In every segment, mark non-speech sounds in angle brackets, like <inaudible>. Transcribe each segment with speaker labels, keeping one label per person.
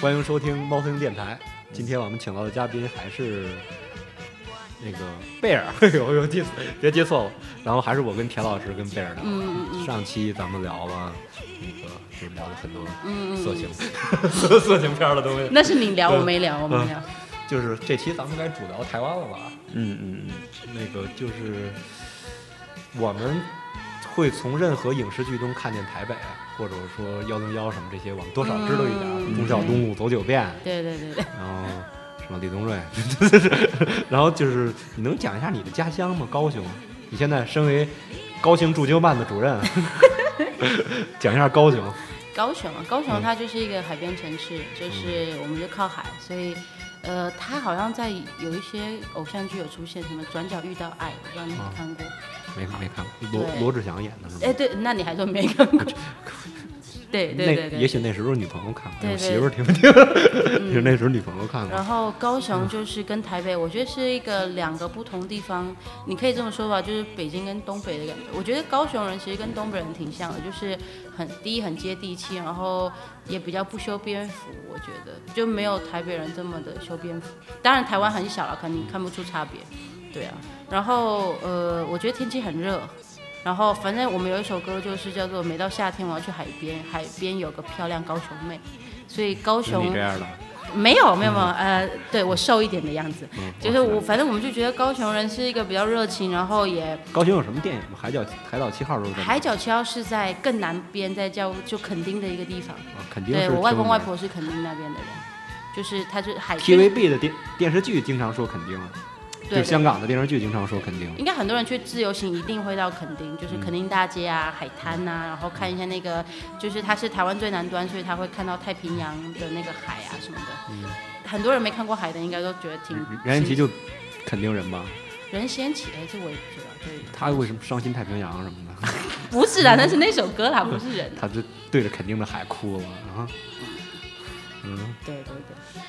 Speaker 1: 欢迎收听猫头鹰电台。
Speaker 2: 嗯
Speaker 1: 今天我们请到的嘉宾还是那个贝
Speaker 2: <laughs>
Speaker 1: 尔，有有记别记错了。然后还是我跟田老师跟贝尔聊。
Speaker 2: 嗯嗯
Speaker 1: 上期咱们聊了那个是聊了很多
Speaker 2: 嗯
Speaker 1: 色
Speaker 2: 嗯，
Speaker 1: 情、色 <laughs> 色情片的东西。
Speaker 2: 那是你聊，我没聊，我没聊。
Speaker 1: 就是这期咱们该主聊台湾了吧？
Speaker 3: 嗯嗯
Speaker 1: 那个就是我们会从任何影视剧中看见台北，或者说幺零幺什么这些，我们多少知道一点儿。
Speaker 2: 嗯
Speaker 1: 忠孝东路走九遍，
Speaker 2: 对对对对， <laughs>
Speaker 1: 然后什么李宗瑞， <laughs> 然后就是你能讲一下你的家乡吗？高雄，你现在身为高雄驻京办的主任， <laughs> 讲一下高雄。
Speaker 2: 高雄，啊，高雄
Speaker 1: 嗯
Speaker 2: 它就是一个海边城市，就是我们就靠海，所以。呃，它好像在有一些偶像剧有出现，什么《转角遇到爱》，我不知道你
Speaker 1: 啊
Speaker 2: 有没有看过。
Speaker 1: 没没看过，罗
Speaker 2: 对
Speaker 1: 罗志祥演的是吗？
Speaker 2: 哎，对，那你还说没看过？
Speaker 1: <laughs>
Speaker 2: 对对对
Speaker 1: 啊那
Speaker 2: 对
Speaker 1: 也。许那时候女朋友看过，
Speaker 2: 对嗯
Speaker 1: 我
Speaker 2: 对
Speaker 1: 媳妇儿听不听？就是那时候女朋友看嗯过
Speaker 2: 然。后高雄就是跟台北，我觉得是一个两个不同地方，你可以这么说吧，就是北京跟东北的感觉。我觉得高雄人其实跟东北人挺像的，就是很第一很接地气，然后也比较不修边幅，我觉得就没有台北人这么的修边幅。当然台湾很小了，肯定看不出差别，对啊。然后呃，我觉得天气很热。然后，反正我们有一首歌，就是叫做“每到夏天我要去海边，海边有个漂亮高雄妹”，所以高
Speaker 1: 就
Speaker 2: 雄
Speaker 1: 你这样的，啊
Speaker 2: 没有没有没有，呃，对我瘦一点的样子，
Speaker 1: 嗯，
Speaker 2: 就是
Speaker 1: 知道
Speaker 2: 我，反正我们就觉得高雄人是一个比较热情，然后也
Speaker 1: 高雄有什么电影吗？海角海岛七号都是在
Speaker 2: 海角七号是在更南边，在叫就垦丁的一个地方，
Speaker 1: 啊肯定
Speaker 2: 对
Speaker 1: 是
Speaker 2: 我外公
Speaker 1: 听
Speaker 2: 外
Speaker 1: 的
Speaker 2: 婆是垦丁那边的人，就是他就是海军
Speaker 1: TVB 的电电视剧经常说肯定，
Speaker 2: 对
Speaker 1: 就香港的电视剧经常说肯定。
Speaker 2: 应该很多人去自由行一定会到垦丁，就是垦丁大街啊、海滩呐、然后看一下那个，就是它是台湾最南端，所以他会看到太平洋的那个海啊什么的。
Speaker 1: 嗯
Speaker 2: 很多人没看过海的，应该都觉得挺
Speaker 1: 任贤齐就肯定人吧，
Speaker 2: 任贤齐，哎，这我也不知道，对。
Speaker 1: 他为什么伤心太平洋什么的， <laughs>
Speaker 2: 不是啦，那是那首歌啦，不是人。
Speaker 1: 他就对着肯定的海哭了啊。嗯，
Speaker 2: 对对对，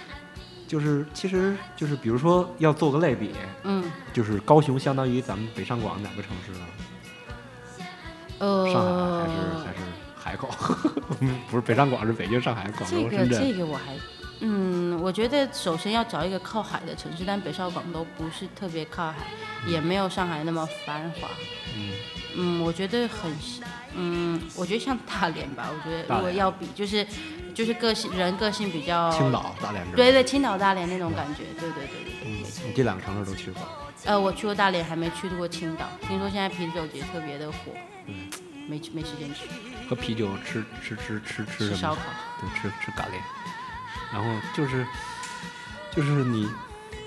Speaker 1: 就是其实就是比如说要做个类比，
Speaker 2: 嗯，
Speaker 1: 就是高雄相当于咱们北上广哪个城市啊？上海还是还
Speaker 2: 呃，
Speaker 1: 是海口？ <laughs> 不是北上广是北京、上海、广
Speaker 2: 这
Speaker 1: 州、
Speaker 2: 个
Speaker 1: 深圳
Speaker 2: 这。个我还，嗯，我觉得首先要找一个靠海的城市，但北上广都不是特别靠海，也没有上海那么繁华。
Speaker 1: 嗯，
Speaker 2: 嗯，我觉得很，嗯，我觉得像大连吧，我觉得
Speaker 1: 大
Speaker 2: 如果
Speaker 1: 连
Speaker 2: 要比，就是就是个性人个性比较，
Speaker 1: 青，岛、大连这儿。
Speaker 2: 对对，青岛大连那种感觉，对对对对对。
Speaker 1: 嗯，你这两个城市都去过。
Speaker 2: 呃，我去过大连，还没去过青岛，听说现在啤酒节特别的火，
Speaker 1: 嗯
Speaker 2: 没去没时间去。
Speaker 1: 喝啤酒吃吃吃吃吃
Speaker 2: 吃
Speaker 1: 什么
Speaker 2: 烧？烤。
Speaker 1: 对，吃吃咖喱。然后就是就是你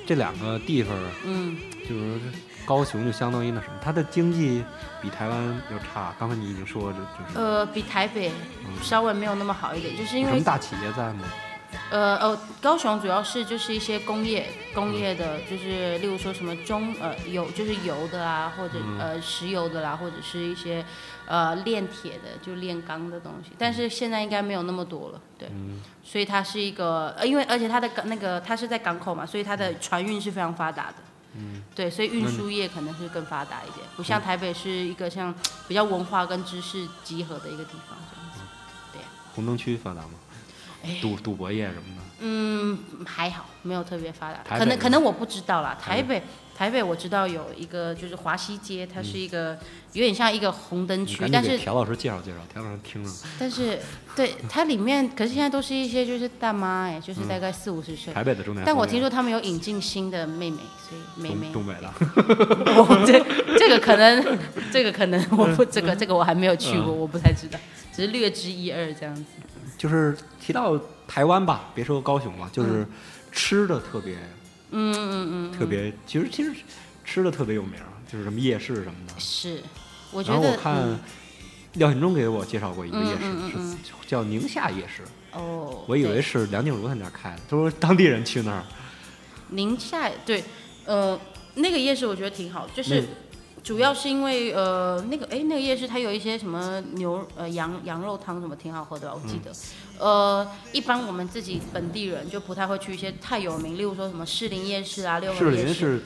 Speaker 1: 这两个地方，啊
Speaker 2: 嗯，
Speaker 1: 就是高雄就相当于那什么，它的经济比台湾要差。刚才你已经说了，就是、
Speaker 2: 呃，比台北
Speaker 1: 嗯
Speaker 2: 稍微没有那么好一点，就是
Speaker 1: 有
Speaker 2: 因
Speaker 1: 什么
Speaker 2: 为
Speaker 1: 大企业在吗？
Speaker 2: 呃哦，高雄主要是就是一些工业工业的，
Speaker 1: 嗯
Speaker 2: 就是例如说什么中呃油就是油的啊，或者、
Speaker 1: 嗯
Speaker 2: 呃石油的啦，或者是一些呃炼铁的，就炼钢的东西。但是现在应该没有那么多了，对，
Speaker 1: 嗯
Speaker 2: 所以它是一个，呃、因为而且它的港那个它是在港口嘛，所以它的船运是非常发达的。
Speaker 1: 嗯，
Speaker 2: 对，所以运输业可能是更发达一点，不像台北是一个像比较文化跟知识集合的一个地方这样子。
Speaker 1: 红灯区发达吗？
Speaker 2: 哎
Speaker 1: 赌赌博业什么的，
Speaker 2: 嗯，还好，没有特别发达，
Speaker 1: 台北
Speaker 2: 可能
Speaker 1: 呢
Speaker 2: 可能我不知道啦。
Speaker 1: 台
Speaker 2: 台北台北我知道有一个就是华西街，它是一个、有点像一个红灯
Speaker 1: 你
Speaker 2: 区，
Speaker 1: 赶紧
Speaker 2: 但
Speaker 1: 给
Speaker 2: 是
Speaker 1: 田老师介绍介绍，田老师听着。
Speaker 2: 但是对它里面，可是现在都是一些就是大妈哎，就是大概四五十岁。
Speaker 1: 台北的重点，
Speaker 2: 但我听说他们有引进新的妹妹，所以妹妹
Speaker 1: 东东北的，
Speaker 2: <laughs>
Speaker 1: <laughs>
Speaker 2: 我这这个可能， <laughs> 这个可能我
Speaker 1: 嗯
Speaker 2: 不这个这个我还没有去过，我不太知道，只是略知一二这样子。
Speaker 1: 就是提到台湾吧，别说高雄了，就是吃的特别，
Speaker 2: 嗯嗯嗯，
Speaker 1: 特别，其实其实吃的特别有名儿，就是什么夜市什么的。
Speaker 2: 是，我觉
Speaker 1: 然后
Speaker 2: 得
Speaker 1: 我看廖显忠给我介绍过一个夜市，
Speaker 2: 嗯嗯嗯
Speaker 1: 是叫宁夏夜市，
Speaker 2: 哦，
Speaker 1: 我以为
Speaker 2: 对
Speaker 1: 是梁静茹他那儿开的，他说当地人去那儿，
Speaker 2: 宁夏对，呃，那个夜市我觉得挺好，就是
Speaker 1: 那。
Speaker 2: 主要是因为呃那个哎那个夜市它有一些什么牛呃羊羊肉汤什么挺好喝的吧，我记得。
Speaker 1: 嗯
Speaker 2: 呃，一般我们自己本地人就不太会去一些太有名，例如说什么士林夜市啊、六合
Speaker 1: 士
Speaker 2: 夜
Speaker 1: 林
Speaker 2: 市。
Speaker 1: 是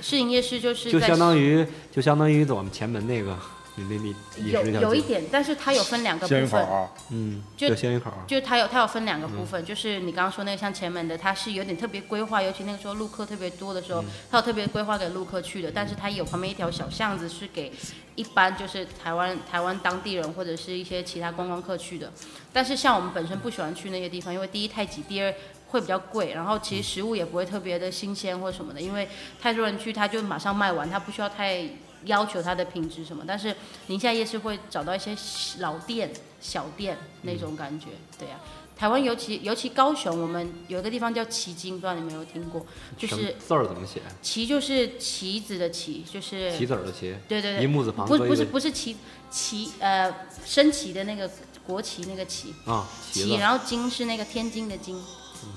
Speaker 2: 士林夜市就是
Speaker 1: 就
Speaker 2: 在
Speaker 1: 相当于就相当于我们前门那个你那你饮
Speaker 2: 有
Speaker 1: 食那条
Speaker 2: 有一
Speaker 1: 街，
Speaker 2: 点，但是它有分两个
Speaker 3: 鲜
Speaker 2: 部
Speaker 3: 鱼口
Speaker 2: 分，
Speaker 3: 儿，
Speaker 1: 嗯，
Speaker 2: 就
Speaker 1: 叫鲜鱼口儿，
Speaker 2: 就是它有它有分两个部分，就是你刚刚说那个像前门的，它是有点特别规划，尤其那个时候路客特别多的时候，它有特别规划给路客去的。但是它也有旁边一条小巷子是给一般就是台湾台湾当地人或者是一些其他观光客去的。但是像我们本身不喜欢去那些地方，因为第一太挤，第二。会比较贵，然后其实食物也不会特别的新鲜或什
Speaker 1: 嗯
Speaker 2: 么的，因为太多人去，它就马上卖完，它不需要太要求它的品质什么。但是宁夏夜市会找到一些老店、小店那种感觉，对
Speaker 1: 嗯
Speaker 2: 呀、台湾尤其尤其高雄，我们有一个地方叫旗津，不知道你们有没有听过？就
Speaker 1: 什么
Speaker 2: 是
Speaker 1: 字儿怎么写？
Speaker 2: 旗就是棋子的棋，就是
Speaker 1: 棋子儿的棋，
Speaker 2: 对对
Speaker 1: 一
Speaker 2: 对，
Speaker 1: 木字旁
Speaker 2: 不
Speaker 1: 和一
Speaker 2: 不是
Speaker 1: 个
Speaker 2: 不是旗旗呃升旗的那个国旗那个旗
Speaker 1: 啊，旗
Speaker 2: 旗，
Speaker 1: 子，
Speaker 2: 然后津是那个天津的津。
Speaker 1: 嗯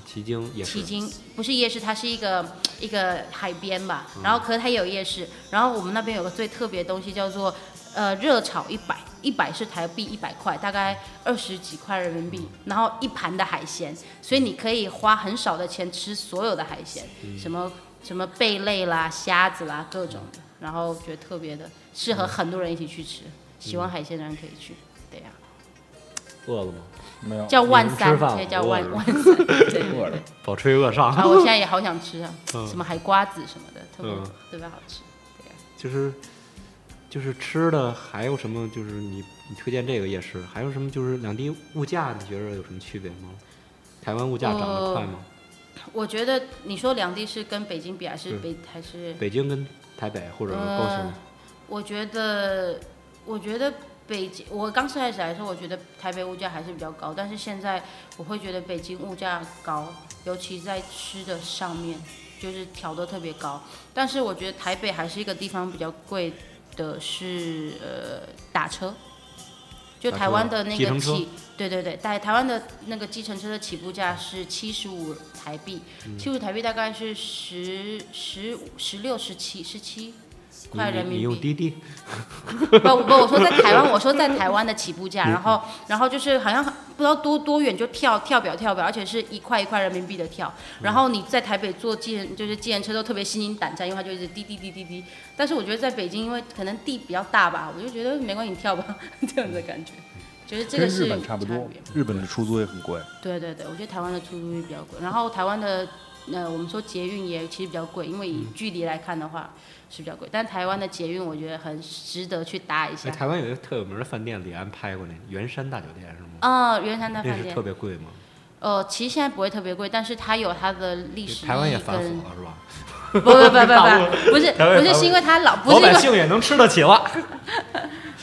Speaker 1: 旗津也
Speaker 2: 旗
Speaker 1: 是，
Speaker 2: 津不是夜市，它是一个一个海边吧，
Speaker 1: 嗯
Speaker 2: 然后可是它也有夜市，然后我们那边有个最特别的东西叫做呃热炒一百，一百是台币一百块，大概二十几块人民
Speaker 1: 嗯
Speaker 2: 币，然后一盘的海鲜，所以你可以花很少的钱吃所有的海鲜，
Speaker 1: 嗯
Speaker 2: 什么什么贝类啦、虾子啦各种
Speaker 1: 嗯
Speaker 2: 的，然后觉得特别的适合很多人一起去吃，喜
Speaker 1: 嗯
Speaker 2: 欢海鲜的人可以去，对呀、啊
Speaker 1: 饿了吗？
Speaker 3: 没有
Speaker 2: 叫万
Speaker 1: 你们
Speaker 2: 三，
Speaker 1: 吃饭
Speaker 2: 对，叫
Speaker 1: 我
Speaker 2: 万
Speaker 1: 饿了
Speaker 2: 万三， <laughs> 对。
Speaker 3: 饿着，
Speaker 1: 饱吹饿上，
Speaker 2: 啊，我现在
Speaker 1: <laughs>
Speaker 2: 也好想吃啊，
Speaker 1: 嗯
Speaker 2: 什么海瓜子什么的，特别
Speaker 1: 嗯
Speaker 2: 特别好吃。
Speaker 1: 就是就是吃的，还有什么？就是你你推荐这个夜市，还有什么？就是两地物价，你觉得有什么区别吗？台湾物价涨得快吗？
Speaker 2: 我觉得你说两地是跟北京比还是
Speaker 1: 嗯
Speaker 2: 北还是？
Speaker 1: 北京跟台北或者高雄
Speaker 2: 呃，我觉得，我觉得北京，我刚开始来的时候，我觉得台北物价还是比较高，但是现在我会觉得北京物价高，尤其在吃的上面，就是调的特别高。但是我觉得台北还是一个地方比较贵的是呃打车，就
Speaker 1: 打
Speaker 2: 台
Speaker 1: 车
Speaker 2: 湾的那
Speaker 1: 计
Speaker 2: 个
Speaker 1: 程车
Speaker 2: 起，对对对，在台湾的那个计程车的起步价是七十五台币，
Speaker 1: 嗯
Speaker 2: 七十五台币大概是十十五十六十七十七块人
Speaker 1: 你你你
Speaker 2: 民
Speaker 1: 用
Speaker 2: 币。
Speaker 1: 滴滴，
Speaker 2: 不不，我说在台
Speaker 3: <laughs>
Speaker 2: 湾，我说在台湾的起步价，然
Speaker 3: 嗯
Speaker 2: 后然后就是好像不知道多多远就跳跳表跳表，而且是一块一块人民币的跳。
Speaker 3: 嗯
Speaker 2: 然后你在台北坐计程就是计程车都特别心惊胆战，因为它就一直滴滴滴滴滴。但是我觉得在北京，因为可能地比较大吧，我就觉得没关系，你跳吧， <laughs> 这样的感觉。就是这
Speaker 3: 跟
Speaker 2: 个
Speaker 3: 日
Speaker 2: 是
Speaker 3: 本
Speaker 2: 有
Speaker 3: 差不多
Speaker 2: 别，
Speaker 3: 日本的出租也很贵，
Speaker 2: 对对对，我觉得台湾的出租率比较贵，然后台湾的呃，我们说捷运也其实比较贵，因为以
Speaker 3: 嗯
Speaker 2: 距离来看的话是比较贵，但台湾的捷运我觉得很值得去搭一
Speaker 1: 哎
Speaker 2: 下。
Speaker 1: 台湾有一个特有名的饭店，李安拍过那个圆山大酒店是吗？
Speaker 2: 啊、圆山大
Speaker 1: 那
Speaker 2: 饭
Speaker 1: 是
Speaker 2: 店
Speaker 1: 特，别贵吗？
Speaker 2: 呃，其实现在不会特别贵，但是它有它的历史
Speaker 1: 台湾
Speaker 2: 意义
Speaker 1: 也反
Speaker 2: 跟
Speaker 1: 腐了是吧？
Speaker 2: 不
Speaker 1: <laughs>
Speaker 2: 不不不不，不是
Speaker 1: 台湾也
Speaker 2: 不是
Speaker 1: 反
Speaker 2: 是因为它老，不
Speaker 1: 老
Speaker 2: 是因为
Speaker 1: 百姓也能吃得起了。 <laughs>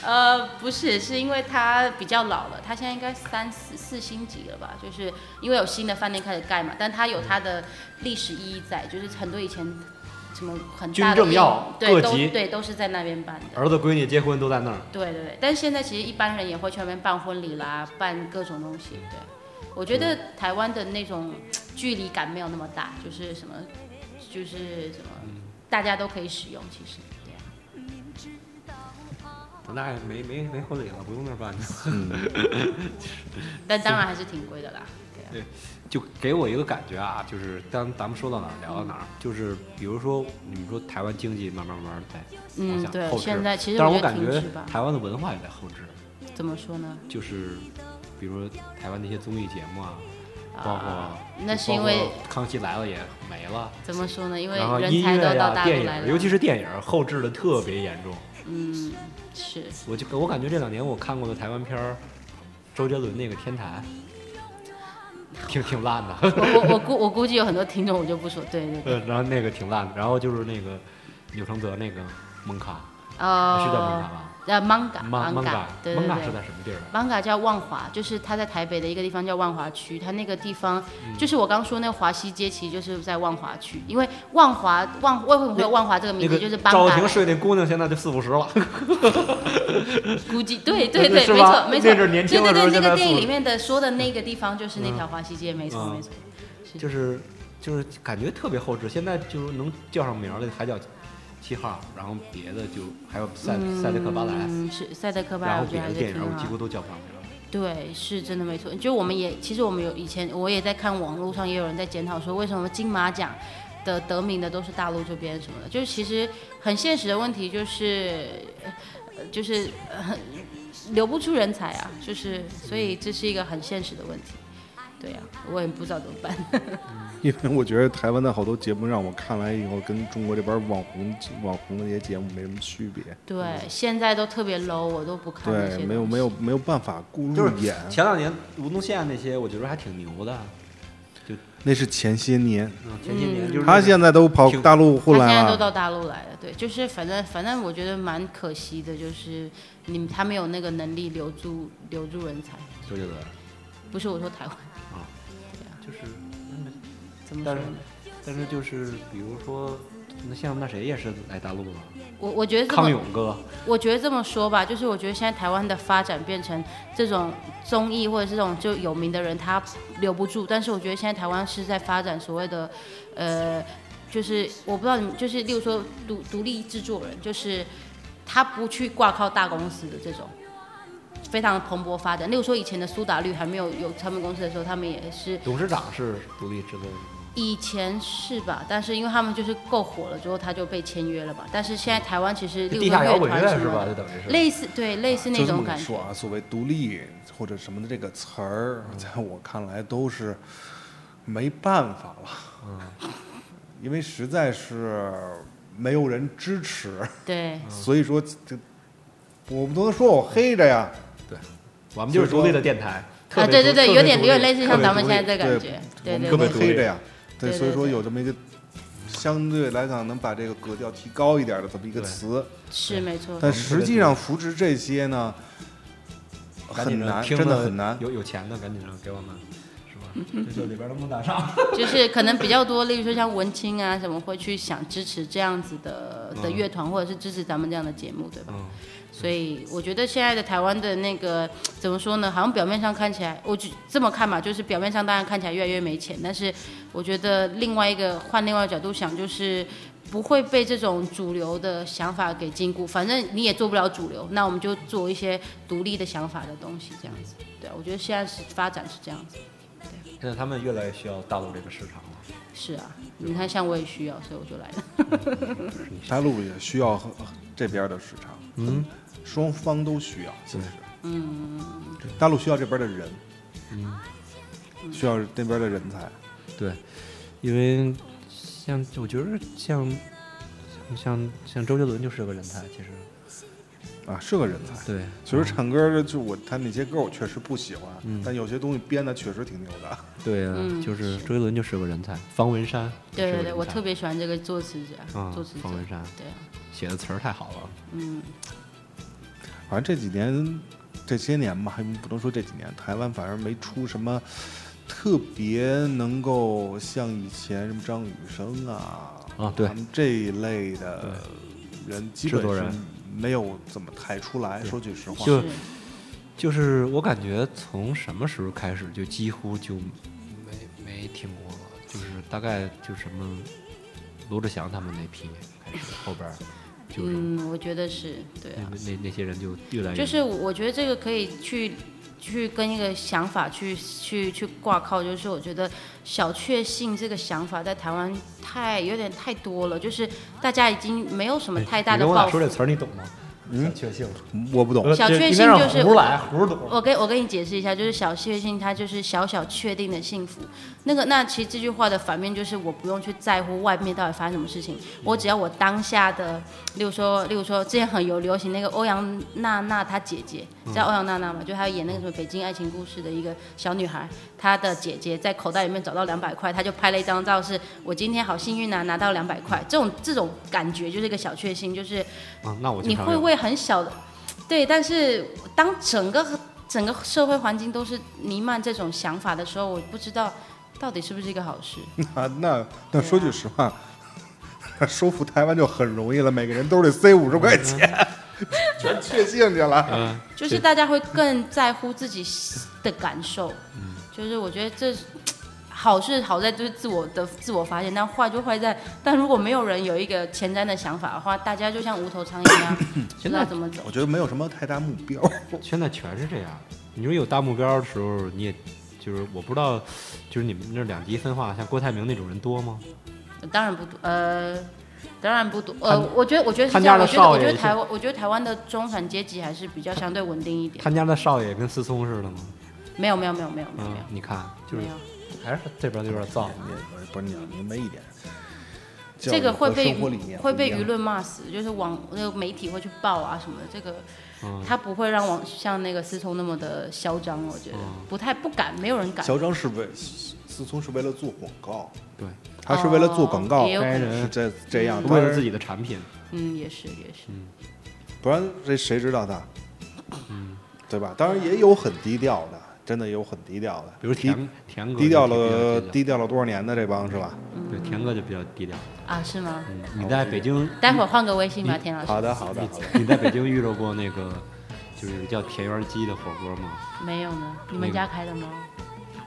Speaker 2: 呃，不是，是因为它比较老了，它现在应该三四四星级了吧？就是因为有新的饭店开始盖嘛，但它有它的历史意义在，就是很多以前什么很大的
Speaker 1: 军政要
Speaker 2: 宴对
Speaker 1: 各
Speaker 2: 都
Speaker 1: 级
Speaker 2: 对都是在那边办的。
Speaker 1: 儿子闺女结婚都在那儿，
Speaker 2: 对对对，但是现在其实一般人也会去那边办婚礼啦，办各种东西。对，我觉得台湾的那种距离感没有那么大，就是什么，就是什么，大家都可以使用，其实。对啊
Speaker 1: 长大也没没没婚礼了，不用那儿办去。
Speaker 2: 但当然还是挺贵的啦。对啊。
Speaker 1: 就给我一个感觉啊，就是当咱们说到哪儿聊到哪儿，就是比如说你们说台湾经济慢慢慢慢在往
Speaker 2: 嗯，
Speaker 1: 下
Speaker 2: 对，
Speaker 1: 后
Speaker 2: 现
Speaker 1: 置，
Speaker 2: 在其实
Speaker 1: 但是我
Speaker 2: 觉得
Speaker 1: 感
Speaker 2: 停
Speaker 1: 觉
Speaker 2: 止吧。
Speaker 1: 台湾的文化也在后置，
Speaker 2: 怎么说呢？
Speaker 1: 就是比如说台湾那些综艺节目啊，包
Speaker 2: 啊，
Speaker 1: 括
Speaker 2: 那是因为
Speaker 1: 包括康熙来了也没了，
Speaker 2: 怎么说呢？因为
Speaker 1: 然后
Speaker 2: 人
Speaker 1: 音
Speaker 2: 才
Speaker 1: 乐
Speaker 2: 都到
Speaker 1: 呀、
Speaker 2: 大陆
Speaker 1: 电
Speaker 2: 来
Speaker 1: 影，
Speaker 2: 了，
Speaker 1: 尤其是电影后置的特别严重。
Speaker 2: 嗯是
Speaker 1: 我就我感觉这两年我看过的台湾片儿，周杰伦那个《天台》挺，挺烂的。
Speaker 2: 我我我估我估计有很多听众我就不说，
Speaker 1: <laughs>
Speaker 2: 对对对，
Speaker 1: 呃，然后那个挺烂的，然后就是那个钮承泽那个蒙卡，
Speaker 2: 呃，
Speaker 1: 是叫蒙卡吧？
Speaker 2: 呃，manga
Speaker 1: 蒙蒙卡，
Speaker 2: 对对
Speaker 1: 蒙卡
Speaker 2: 对
Speaker 1: 是。在什么地儿啊？
Speaker 2: manga 叫万华，就是它在台北的一个地方叫万华区，它那个地方、
Speaker 1: 嗯
Speaker 2: 就是我刚说那个华西街，其实就是在万华区，因为万华万为什么会有万华这个名
Speaker 1: 那
Speaker 2: 字，
Speaker 1: 个
Speaker 2: 就是
Speaker 1: 赵又廷
Speaker 2: manga，
Speaker 1: 睡那姑娘现在就四五十
Speaker 2: <laughs>
Speaker 1: 了，
Speaker 2: 估计对对对，
Speaker 1: 是
Speaker 2: 没
Speaker 1: 吧
Speaker 2: 错没错，
Speaker 1: 那阵儿年轻的时候
Speaker 2: 对对对，
Speaker 1: 就
Speaker 2: 那
Speaker 1: 在
Speaker 2: 个电影
Speaker 1: 做
Speaker 2: 里面的说的那个地方就是那条华西街，没错
Speaker 1: 嗯
Speaker 2: 没错。
Speaker 1: 就是就是感觉特别后置。现在就是能叫上名儿的还叫七号，然后别的就还有塞塞德克巴莱，
Speaker 2: 嗯，是塞德克巴
Speaker 1: 然
Speaker 2: 莱，
Speaker 1: 后
Speaker 2: 我
Speaker 1: 别
Speaker 2: 觉得还
Speaker 1: 的
Speaker 2: 是
Speaker 1: 电
Speaker 2: 挺
Speaker 1: 影我几
Speaker 2: 好
Speaker 1: 乎。都叫不上名儿。
Speaker 2: 对，是真的没错。就我们也，其实我们有以前我也在看网络上也有人在检讨说，为什么金马奖的得名的都是大陆这边什么的，就是其实很现实的问题就是。呃呃就是呃很留不出人才啊，就是所以这是一个很现实的问题。对呀、我也不知道怎么办。
Speaker 3: <laughs> 因为我觉得台湾的好多节目让我看来以后，跟中国这边网红网红的那些节目没什么区别。
Speaker 2: 对，现在都特别 low，我都不看那些
Speaker 3: 对，没有
Speaker 2: 东西
Speaker 3: 没有没有办法顾
Speaker 1: 就
Speaker 3: 入
Speaker 1: 是
Speaker 3: 眼，
Speaker 1: 前两年吴宗宪那些，我觉得还挺牛的。
Speaker 3: 那是前些年，
Speaker 1: 嗯，前些年
Speaker 2: 嗯
Speaker 1: 就是
Speaker 3: 他现在都跑
Speaker 1: 挺
Speaker 3: 大陆混
Speaker 2: 他现在
Speaker 3: 来
Speaker 2: 都
Speaker 3: 了。
Speaker 2: 到大陆来了，对，就是反正反正我觉得蛮可惜的，就是你他没有那个能力留住留住人才，
Speaker 1: 周杰伦，
Speaker 2: 不是我说台湾
Speaker 1: 就是，
Speaker 2: 怎么说
Speaker 1: 但是
Speaker 2: 呢？
Speaker 1: 但是就是比如说，那像那谁也是来大陆了，
Speaker 2: 我我觉得这
Speaker 1: 康
Speaker 2: 么
Speaker 1: 永哥，
Speaker 2: 我觉得这么说吧，就是我觉得现在台湾的发展变成这种综艺或者是这种就有名的人他留不住，但是我觉得现在台湾是在发展所谓的呃，就是我不知道你们就是例如说独独立制作人，就是他不去挂靠大公司的这种。非常蓬勃发展。例如说，以前的苏打绿还没有有唱片公司的时候，他们也是
Speaker 1: 董事长是独立制作人。
Speaker 2: 以前是吧？但是因为他们就是够火了之后，他就被签约了嘛。但是现在台湾其实例如
Speaker 1: 地
Speaker 2: 说
Speaker 1: 下摇
Speaker 2: 乐
Speaker 1: 滚
Speaker 2: 团什
Speaker 1: 乐
Speaker 2: 么
Speaker 1: 是吧？
Speaker 2: 的
Speaker 1: 就等于是。
Speaker 2: 类似对类似那
Speaker 3: 就这么
Speaker 2: 种
Speaker 3: 跟
Speaker 2: 感
Speaker 3: 你
Speaker 2: 觉
Speaker 3: 说，啊，所谓独立或者什么的这个词儿，在我看来都是没办法了，
Speaker 1: 嗯
Speaker 3: <laughs> 因为实在是没有人支持，
Speaker 2: 对
Speaker 1: 嗯
Speaker 3: 所以说这我不能说我黑着呀，
Speaker 1: 我们就是独立的电台。特
Speaker 2: 啊，
Speaker 1: 别
Speaker 2: 对对
Speaker 1: 独特
Speaker 2: 对，
Speaker 1: 别
Speaker 2: 有点
Speaker 1: 独
Speaker 2: 有
Speaker 1: 立
Speaker 2: 点类似
Speaker 1: 特
Speaker 2: 像
Speaker 1: 别
Speaker 2: 咱们
Speaker 1: 独
Speaker 2: 现在
Speaker 1: 立
Speaker 2: 这感觉，
Speaker 3: 我
Speaker 2: 对
Speaker 3: 们
Speaker 2: 对
Speaker 3: 特别
Speaker 1: 对
Speaker 3: 黑着呀。
Speaker 2: 对对
Speaker 3: 所以说
Speaker 2: 对
Speaker 3: 有这么一个，相对来讲能把这个格调提高一点的这么一个
Speaker 1: 对
Speaker 3: 词，
Speaker 2: 是没错，
Speaker 3: 但实际上扶持这些呢
Speaker 1: 赶紧
Speaker 3: 很
Speaker 1: 让
Speaker 3: 难，
Speaker 1: 听
Speaker 3: 真的
Speaker 1: 着
Speaker 3: 很难。
Speaker 1: 有有钱的赶紧让给我们，是
Speaker 2: 嗯
Speaker 1: 吧？这就里边都能打
Speaker 3: <laughs>
Speaker 1: 上。
Speaker 2: <laughs> 就是可能比较多，例如说像文青啊什么会去想支持这样子的的
Speaker 1: 嗯
Speaker 2: 乐团，或者是支持咱们这样的节目，对吧？
Speaker 1: 嗯，
Speaker 2: 所以我觉得现在的台湾的那个怎么说呢？好像表面上看起来，我就这么看吧，就是表面上当然看起来越来越没钱，但是我觉得另外一个换另外一个角度想，就是不会被这种主流的想法给禁锢。反正你也做不了主流，那我们就做一些独立的想法的东西，这样子。对，啊我觉得现在是发展是这样子。
Speaker 1: 现在他们越来越需要大陆这个市场了。
Speaker 2: 是啊，你看，像我也需要，所以我就来了。
Speaker 1: 嗯
Speaker 3: 大陆也需要和呃这边的市场，
Speaker 1: 嗯，
Speaker 3: 双方都需要。其实，
Speaker 2: 嗯，
Speaker 3: 大陆需要这边的人，
Speaker 1: 嗯
Speaker 3: 需要那边的人才。
Speaker 1: 对，因为像我觉得像像像周杰伦就是个人才，其实
Speaker 3: 啊，是个人才。
Speaker 1: 对，
Speaker 3: 其实唱歌的就我他那些歌我确实不喜欢，
Speaker 1: 嗯
Speaker 3: 但有些东西编的确实挺牛的。
Speaker 1: 对啊，
Speaker 2: 嗯
Speaker 1: 就是
Speaker 2: 是
Speaker 1: 周杰伦就是个人才，方文山也
Speaker 2: 对
Speaker 1: 是个人
Speaker 2: 对对，我
Speaker 1: 才
Speaker 2: 特别喜欢这个作词者，
Speaker 1: 嗯
Speaker 2: 作词者
Speaker 1: 方，文山
Speaker 2: 对啊，
Speaker 1: 写的词儿太好了，
Speaker 2: 嗯，
Speaker 3: 反正这几年，这些年吧，不能说这几年，台湾反正没出什么特别能够像以前什么张雨生啊
Speaker 1: 啊对
Speaker 3: 他们这一类的人，基
Speaker 1: 制
Speaker 3: 本
Speaker 1: 作
Speaker 3: 是
Speaker 1: 人
Speaker 3: 没有怎么太出来。说句实话，
Speaker 1: 就是就是我感觉从什么时候开始就几乎就没没听过了，就是大概就什么罗志祥他们那批开始，后边儿就是
Speaker 2: 嗯，我觉得是对
Speaker 1: 那
Speaker 2: 啊，
Speaker 1: 那那些人就越来越
Speaker 2: 就是我觉得这个可以去去跟一个想法去去去挂靠，就是我觉得小确幸这个想法在台湾太有点太多了，就是大家已经没有什么太大
Speaker 1: 哎你
Speaker 2: 的
Speaker 1: 跟我
Speaker 2: 抱
Speaker 1: 俩说
Speaker 2: 负
Speaker 1: 这。词儿你懂吗？
Speaker 3: 嗯
Speaker 1: 小确幸，
Speaker 3: 我不懂。
Speaker 1: 呃
Speaker 2: 小确幸
Speaker 1: 应该让
Speaker 2: 就是
Speaker 1: 胡来胡懂。
Speaker 2: 我给我给你解释一下，就是小确幸，它就是小小确定的幸福。那个，那其实这句话的反面就是我不用去在乎外面到底发生什么事情，我只要我当下的，例如说，例如说之前很有流行那个欧阳娜娜她姐姐，知道欧阳娜娜吗？就她演那个什么《北京爱情故事》的一个小女孩，她的姐姐在口袋里面找到两百块，她就拍了一张照，是我今天好幸运啊，拿到两百块。这种这种感觉就是一个小确幸，就是
Speaker 1: 啊，那我经
Speaker 2: 你
Speaker 1: 常
Speaker 2: 会
Speaker 1: 用
Speaker 2: 为很小的，对，但是当整个整个社会环境都是弥漫这种想法的时候，我不知道到底是不是一个好事。
Speaker 3: 啊，那那说句实话， <laughs> 收复台湾就很容易了，每个人兜里塞五十块钱，全确幸去了。
Speaker 1: 嗯，
Speaker 2: 就是大家会更在乎自己的感受，就是我觉得这好是好在就是自我的自我发现，但坏就坏在，但如果没有人有一个前瞻的想法的话，大家就像无头苍蝇一样，不知道怎么走
Speaker 3: 我。觉得没有什么太大目标，
Speaker 1: 现在全是这样。你说有大目标的时候，你也就是我不知道，就是你们那两极分化，像郭台铭那种人多吗？
Speaker 2: 当然不多，呃，当然不多，呃，我觉得，我觉得是
Speaker 1: 他
Speaker 2: 这样，
Speaker 1: 家的
Speaker 2: 我觉
Speaker 1: 少爷
Speaker 2: 得，我觉得
Speaker 1: 是
Speaker 2: 台湾，我觉得台湾的中产阶级还是比较相对稳定一点。
Speaker 1: 他家的少爷跟思聪似的吗？
Speaker 2: 没有，没有，没有，没有，没有，
Speaker 1: 嗯
Speaker 2: 没，有
Speaker 1: 你看，就是
Speaker 2: 没有。
Speaker 1: 还是这边就有点
Speaker 3: 造
Speaker 1: 燥。
Speaker 3: 你不是不是你要明白一点，教
Speaker 2: 这
Speaker 3: 育
Speaker 2: 个
Speaker 3: 和
Speaker 2: 会被
Speaker 3: 生活理念
Speaker 2: 会
Speaker 3: 不
Speaker 2: 被
Speaker 3: 一样
Speaker 2: 舆论骂死，就是网那个媒体会去报啊什么的。这个
Speaker 1: 嗯，
Speaker 2: 他不会让网像那个思聪那么的嚣张，我觉得
Speaker 1: 嗯
Speaker 2: 不太不敢，没有人敢。
Speaker 3: 嚣张是为思聪是为了做广告，
Speaker 1: 对，
Speaker 3: 他是为了做广告，
Speaker 2: 哦也有可
Speaker 1: 该
Speaker 2: 能
Speaker 1: 人
Speaker 3: 是这这样，
Speaker 1: 为了
Speaker 3: 当然
Speaker 1: 自己的产品，
Speaker 2: 嗯，也是也是，
Speaker 3: 不然这谁知道他？
Speaker 1: 嗯
Speaker 3: 对吧？当然也有很低调的，真的有很低调的，
Speaker 1: 比如
Speaker 3: 低
Speaker 1: 田田哥
Speaker 3: 低调
Speaker 1: 就比较
Speaker 3: 了
Speaker 1: 低
Speaker 3: 低调了多少年的这帮是吧？
Speaker 1: 调，对田哥就比较低调。
Speaker 2: 啊，是吗？
Speaker 1: 嗯，你在北京，
Speaker 2: 待会儿换个微信吧，田老师。
Speaker 3: 好的，好的，
Speaker 1: 你
Speaker 3: 好的。
Speaker 1: 你在北京遇到过那个就是有个叫田园鸡的火锅吗？
Speaker 2: 没有呢，你们
Speaker 1: 那个
Speaker 2: 家开的吗？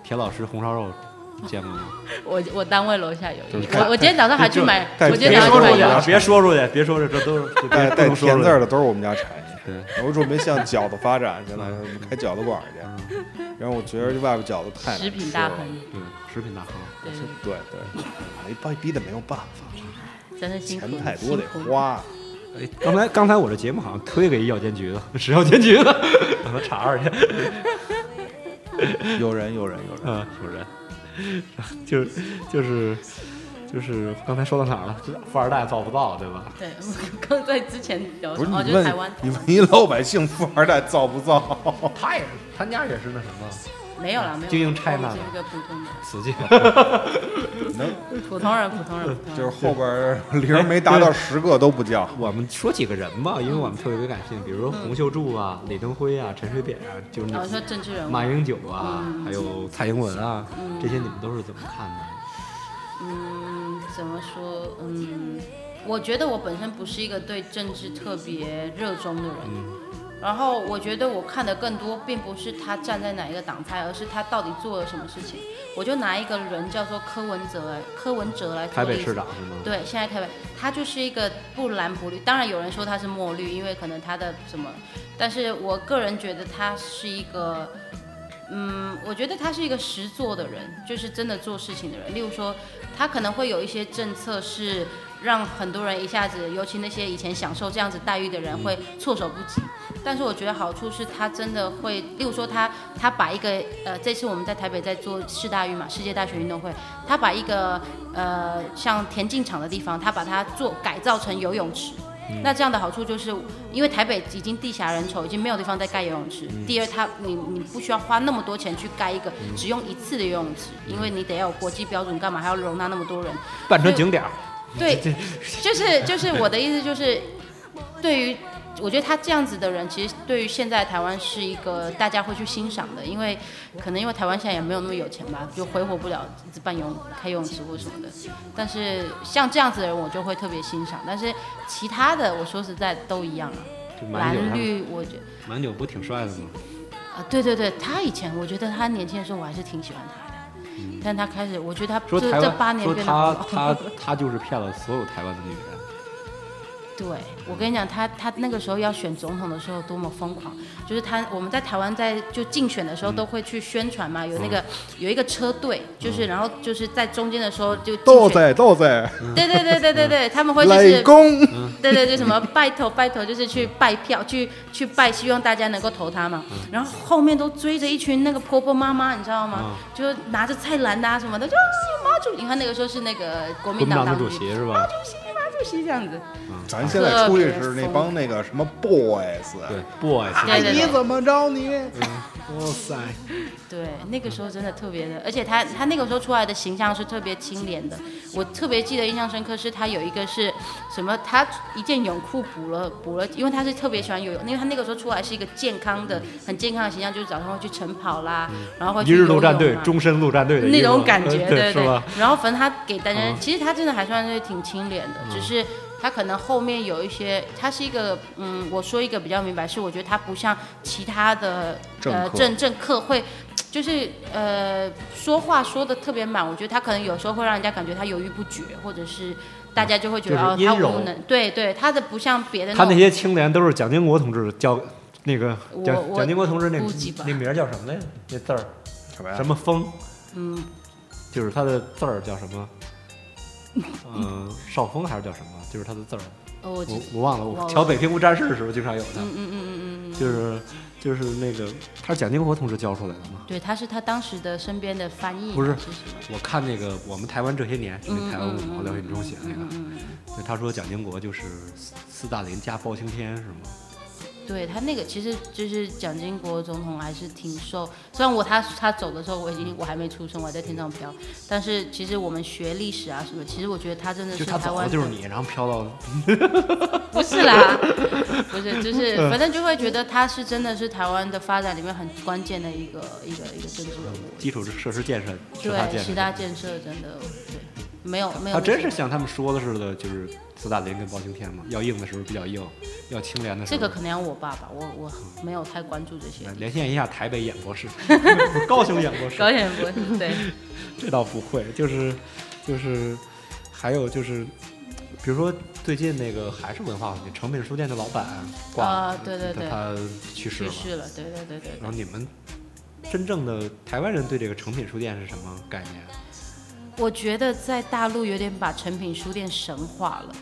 Speaker 1: 田老师红烧肉见过吗？
Speaker 2: 我我单位楼下有
Speaker 3: 就
Speaker 2: 一
Speaker 3: 是
Speaker 2: 个，
Speaker 3: 看
Speaker 2: 我我今天早上还去
Speaker 1: 就
Speaker 2: 买，
Speaker 3: 带
Speaker 2: 我今天
Speaker 1: 别
Speaker 2: 早上
Speaker 1: 说
Speaker 2: 去买
Speaker 1: 出去
Speaker 2: 油
Speaker 1: 啊
Speaker 2: 条，
Speaker 1: 别说出去，别说出去，这都是
Speaker 3: <laughs> 带
Speaker 1: 别
Speaker 3: 哎带
Speaker 1: 不能说
Speaker 3: 田
Speaker 1: 出
Speaker 3: 字
Speaker 1: 去
Speaker 3: 儿的都是我们家产业。
Speaker 1: 对，
Speaker 3: 我准备向饺子发展去了， <laughs> 开饺子馆去。然后我觉得外边饺子太难
Speaker 2: 食品
Speaker 3: 吃
Speaker 2: 大
Speaker 3: 了
Speaker 2: 亨，
Speaker 1: 对，嗯食品大亨。
Speaker 2: 对，
Speaker 3: 对对，没办逼的没有办法，
Speaker 2: 真的辛苦，
Speaker 3: 钱太多得
Speaker 2: 辛苦。
Speaker 3: 花。
Speaker 1: 哎，刚才刚才我这节目好像推给药监局了， <laughs> 是药监局的，让他查查去。
Speaker 3: <laughs> 有人有人有人，
Speaker 1: 嗯，有人， <laughs> 就是就是就是刚才说到哪儿了？富二代造不造，对吧？
Speaker 2: 对，我刚在之前聊
Speaker 3: 不
Speaker 2: 什
Speaker 3: 是
Speaker 2: 么，哦，就
Speaker 3: 你
Speaker 2: 是
Speaker 3: 问
Speaker 2: 台湾，
Speaker 3: 你问一老百姓富二代造不造？
Speaker 1: 他也，他家也是那什么，
Speaker 2: 没有啦，没有，
Speaker 1: 经营
Speaker 2: 我们
Speaker 1: China
Speaker 2: 只
Speaker 1: 的
Speaker 2: 是个普通人，
Speaker 1: 死劲。
Speaker 3: 能
Speaker 2: 普通人，普通人，普通
Speaker 3: <laughs> 就是
Speaker 2: 人。
Speaker 3: 后边儿 <laughs> 零没达到十个都不 <laughs> 叫。
Speaker 1: <laughs> 我们说几个人
Speaker 2: 嗯
Speaker 1: 吧，因为我们特别感兴趣，比如说洪秀柱啊、李登辉啊、陈水扁啊，就是你
Speaker 2: 然后嗯哦说嗯政治人物，
Speaker 1: 马英九啊，还有蔡英文啊，这些你们都是怎么看的？
Speaker 2: 嗯，怎么说？嗯，我觉得我本身不是一个对政治特别热衷的人。
Speaker 3: 嗯
Speaker 2: 然后我觉得我看的更多，并不是他站在哪一个党派，而是他到底做了什么事情。我就拿一个人叫做柯文哲，哎，柯文哲来做
Speaker 1: 台
Speaker 2: 例
Speaker 1: 北
Speaker 2: 子
Speaker 1: 市长是吗？
Speaker 2: 对，现在台北，他就是一个不蓝不绿。当然有人说他是墨绿，因为可能他的什么，但是我个人觉得他是一个，嗯，我觉得他是一个实做的人，就是真的做事情的人。例如说，他可能会有一些政策是让很多人一下子，尤其那些以前享受这样子待遇的人会措手不及。但是我觉得好处是他真的会，例如说他他把一个呃，这次我们在台北在做世大运嘛，世界大学运动会，他把一个呃像田径场的地方，他把它做改造成游泳池。那这样的好处就是，因为台北已经地狭人稠，已经没有地方再盖游泳池。第二，它你你不需要花那么多钱去盖一个只用一次的游泳池，因为你得要有国际标准，干嘛还要容纳那么多人？
Speaker 1: 办成景点儿，
Speaker 2: <laughs> 对，就是就是我的意思就是，对于我觉得他这样子的人，其实对于现在台湾是一个大家会去欣赏的，因为可能因为台湾现在也没有那么有钱吧，就挥霍不了一直办游泳开游泳池或什么的。但是像这样子的人，我就会特别欣赏。但是其他的，我说实在都一样啊，
Speaker 1: 就马英九
Speaker 2: 蓝
Speaker 1: 他们，
Speaker 2: 绿，我觉得
Speaker 1: 马英九不挺帅的吗？
Speaker 2: 啊，对对对，他以前我觉得他年轻的时候，我还是挺喜欢他的。但他开始，我觉得他
Speaker 1: 嗯说
Speaker 2: 这
Speaker 1: 台
Speaker 2: 这
Speaker 1: 湾，
Speaker 2: 八年
Speaker 1: 说
Speaker 2: 变得
Speaker 1: 他
Speaker 2: 很
Speaker 1: 他
Speaker 2: <laughs>
Speaker 1: 他就是骗了所有台湾的女人。
Speaker 2: 对，我跟你讲，他他那个时候要选总统的时候多么疯狂，就是他我们在台湾在就竞选的时候都会去宣传嘛，有那
Speaker 1: 嗯
Speaker 2: 个、有一个车队，就是、然后就是在中间的时候就竞
Speaker 3: 豆
Speaker 2: 选，
Speaker 3: 仔豆仔，
Speaker 2: 对对对对对对，他们会就
Speaker 3: 来
Speaker 2: 是
Speaker 3: 攻，
Speaker 2: 对对，就什么拜托拜托，就是去拜票，去去拜，希望大家能够投他
Speaker 1: 嗯
Speaker 2: 嘛。然后后面都追着一群那个婆婆妈妈，你知道
Speaker 1: 嗯
Speaker 2: 吗？就拿着菜篮啊什么的，就啊妈祖，你看那个时候是那个
Speaker 1: 国
Speaker 2: 国民
Speaker 1: 民党
Speaker 2: 党
Speaker 1: 的
Speaker 2: 党
Speaker 1: 主席是吧？
Speaker 2: 马主席这样子，
Speaker 3: 咱现在出去是那帮那个什么 boys，哎
Speaker 1: 对，boys， <laughs>
Speaker 2: 对对对
Speaker 3: 你怎么着你？
Speaker 1: 哇塞，
Speaker 2: 对，那个时候真的特别的，而且他他那个时候出来的形象是特别清廉的。我特别记得印象深刻是他有一个是什么，他一件泳裤补了补了，因为他是特别喜欢游泳，因为他那个时候出来是一个健康的、很健康的形象，就是早上会去晨跑啦，然后会
Speaker 1: 嗯一
Speaker 2: 去
Speaker 1: 日
Speaker 2: 游
Speaker 1: 陆
Speaker 2: 泳
Speaker 1: 战队，
Speaker 2: 啊
Speaker 1: 终身陆战队的
Speaker 2: 那
Speaker 1: 一
Speaker 2: 种
Speaker 1: 个
Speaker 2: 感觉，
Speaker 1: <laughs> 对
Speaker 2: 对
Speaker 1: 是吧？
Speaker 2: 然后反正他给大家
Speaker 1: 嗯，
Speaker 2: 其实他真的还算是挺清廉的，只是他可能后面有一些，他是一个，嗯，我说一个比较明白是，我觉得他不像其他的
Speaker 3: 政
Speaker 2: 呃
Speaker 3: 客
Speaker 2: 政政客会。就是呃，说话说的特别满，我觉得他可能有时候会让人家感觉他犹豫不决，或者是大家就会觉得、
Speaker 1: 就是
Speaker 2: 哦，
Speaker 1: 阴
Speaker 2: 他
Speaker 1: 柔
Speaker 2: 无能。对对，他的不像别的
Speaker 1: 他那
Speaker 2: 种
Speaker 1: 些青年都是蒋经国同志教那个
Speaker 2: 我
Speaker 1: 蒋
Speaker 2: 我
Speaker 1: 蒋经国同志那
Speaker 2: 估计吧
Speaker 1: 那名儿叫什么来着？那字儿
Speaker 3: 什么呀
Speaker 1: 什？么风？
Speaker 2: 嗯， <laughs>
Speaker 1: 就是他的字儿叫什么？呃，少峰还是叫什么？就是他的字儿，
Speaker 2: 哦，我知
Speaker 1: 我我忘了。我
Speaker 2: 忘了
Speaker 1: 瞧《北平无战事》的时候经常有的
Speaker 2: 嗯，嗯嗯嗯嗯嗯，
Speaker 1: 就是就是那个他是蒋经国同志教出来的嘛。
Speaker 2: 对，他是他当时的身边的翻译，
Speaker 1: 不是
Speaker 2: 是什么？
Speaker 1: 我看那个我们台湾这些年，是那台湾
Speaker 2: 嗯嗯
Speaker 1: 文豪
Speaker 2: 嗯嗯
Speaker 1: 廖显忠写的那
Speaker 2: 嗯
Speaker 1: 个，
Speaker 2: 嗯嗯，
Speaker 1: 就他说蒋经国就是斯斯大林加包青天是吗？
Speaker 2: 对他那个其实就是蒋经国总统还是挺受，虽然我他他走的时候我已经我还没出生，我还在天上飘，但是其实我们学历史啊什么，其实我觉得他真的
Speaker 1: 就是他
Speaker 2: 台
Speaker 1: 走了
Speaker 2: 湾
Speaker 1: 就是
Speaker 2: 的
Speaker 1: 你，然后飘到
Speaker 2: 不是啦，不是，就是反正就会觉得他是真的是台湾的发展里面很关键的一个一个一个政治人物。
Speaker 1: 基础设施建设，嗯十大
Speaker 2: 对，
Speaker 1: 建
Speaker 2: 其
Speaker 1: 设。
Speaker 2: 他建设真的对，没有没有。
Speaker 1: 他真是像他们说的似的，就是斯大林跟包青天嘛，要硬的时候比较硬，要清廉的时
Speaker 2: 这
Speaker 1: 候。
Speaker 2: 个可能要我爸爸，我我没有太关注这些
Speaker 1: 来。连线一下台北演
Speaker 2: <laughs>
Speaker 1: 播室，不是高雄演播室，
Speaker 2: 高远博士
Speaker 1: <laughs>
Speaker 2: 对，
Speaker 1: 这倒不会，就是就是，还有就是，比如说最近那个还是文化问题，诚品书店的老板挂了，
Speaker 2: 啊对对对
Speaker 1: 他他去世
Speaker 2: 去
Speaker 1: 了。
Speaker 2: 世了，对对对对
Speaker 1: 然后
Speaker 2: 对。
Speaker 1: 你们真正的台湾人对这个诚品书店是什么概念？
Speaker 2: 我觉得在大陆有点把诚品书店神化了，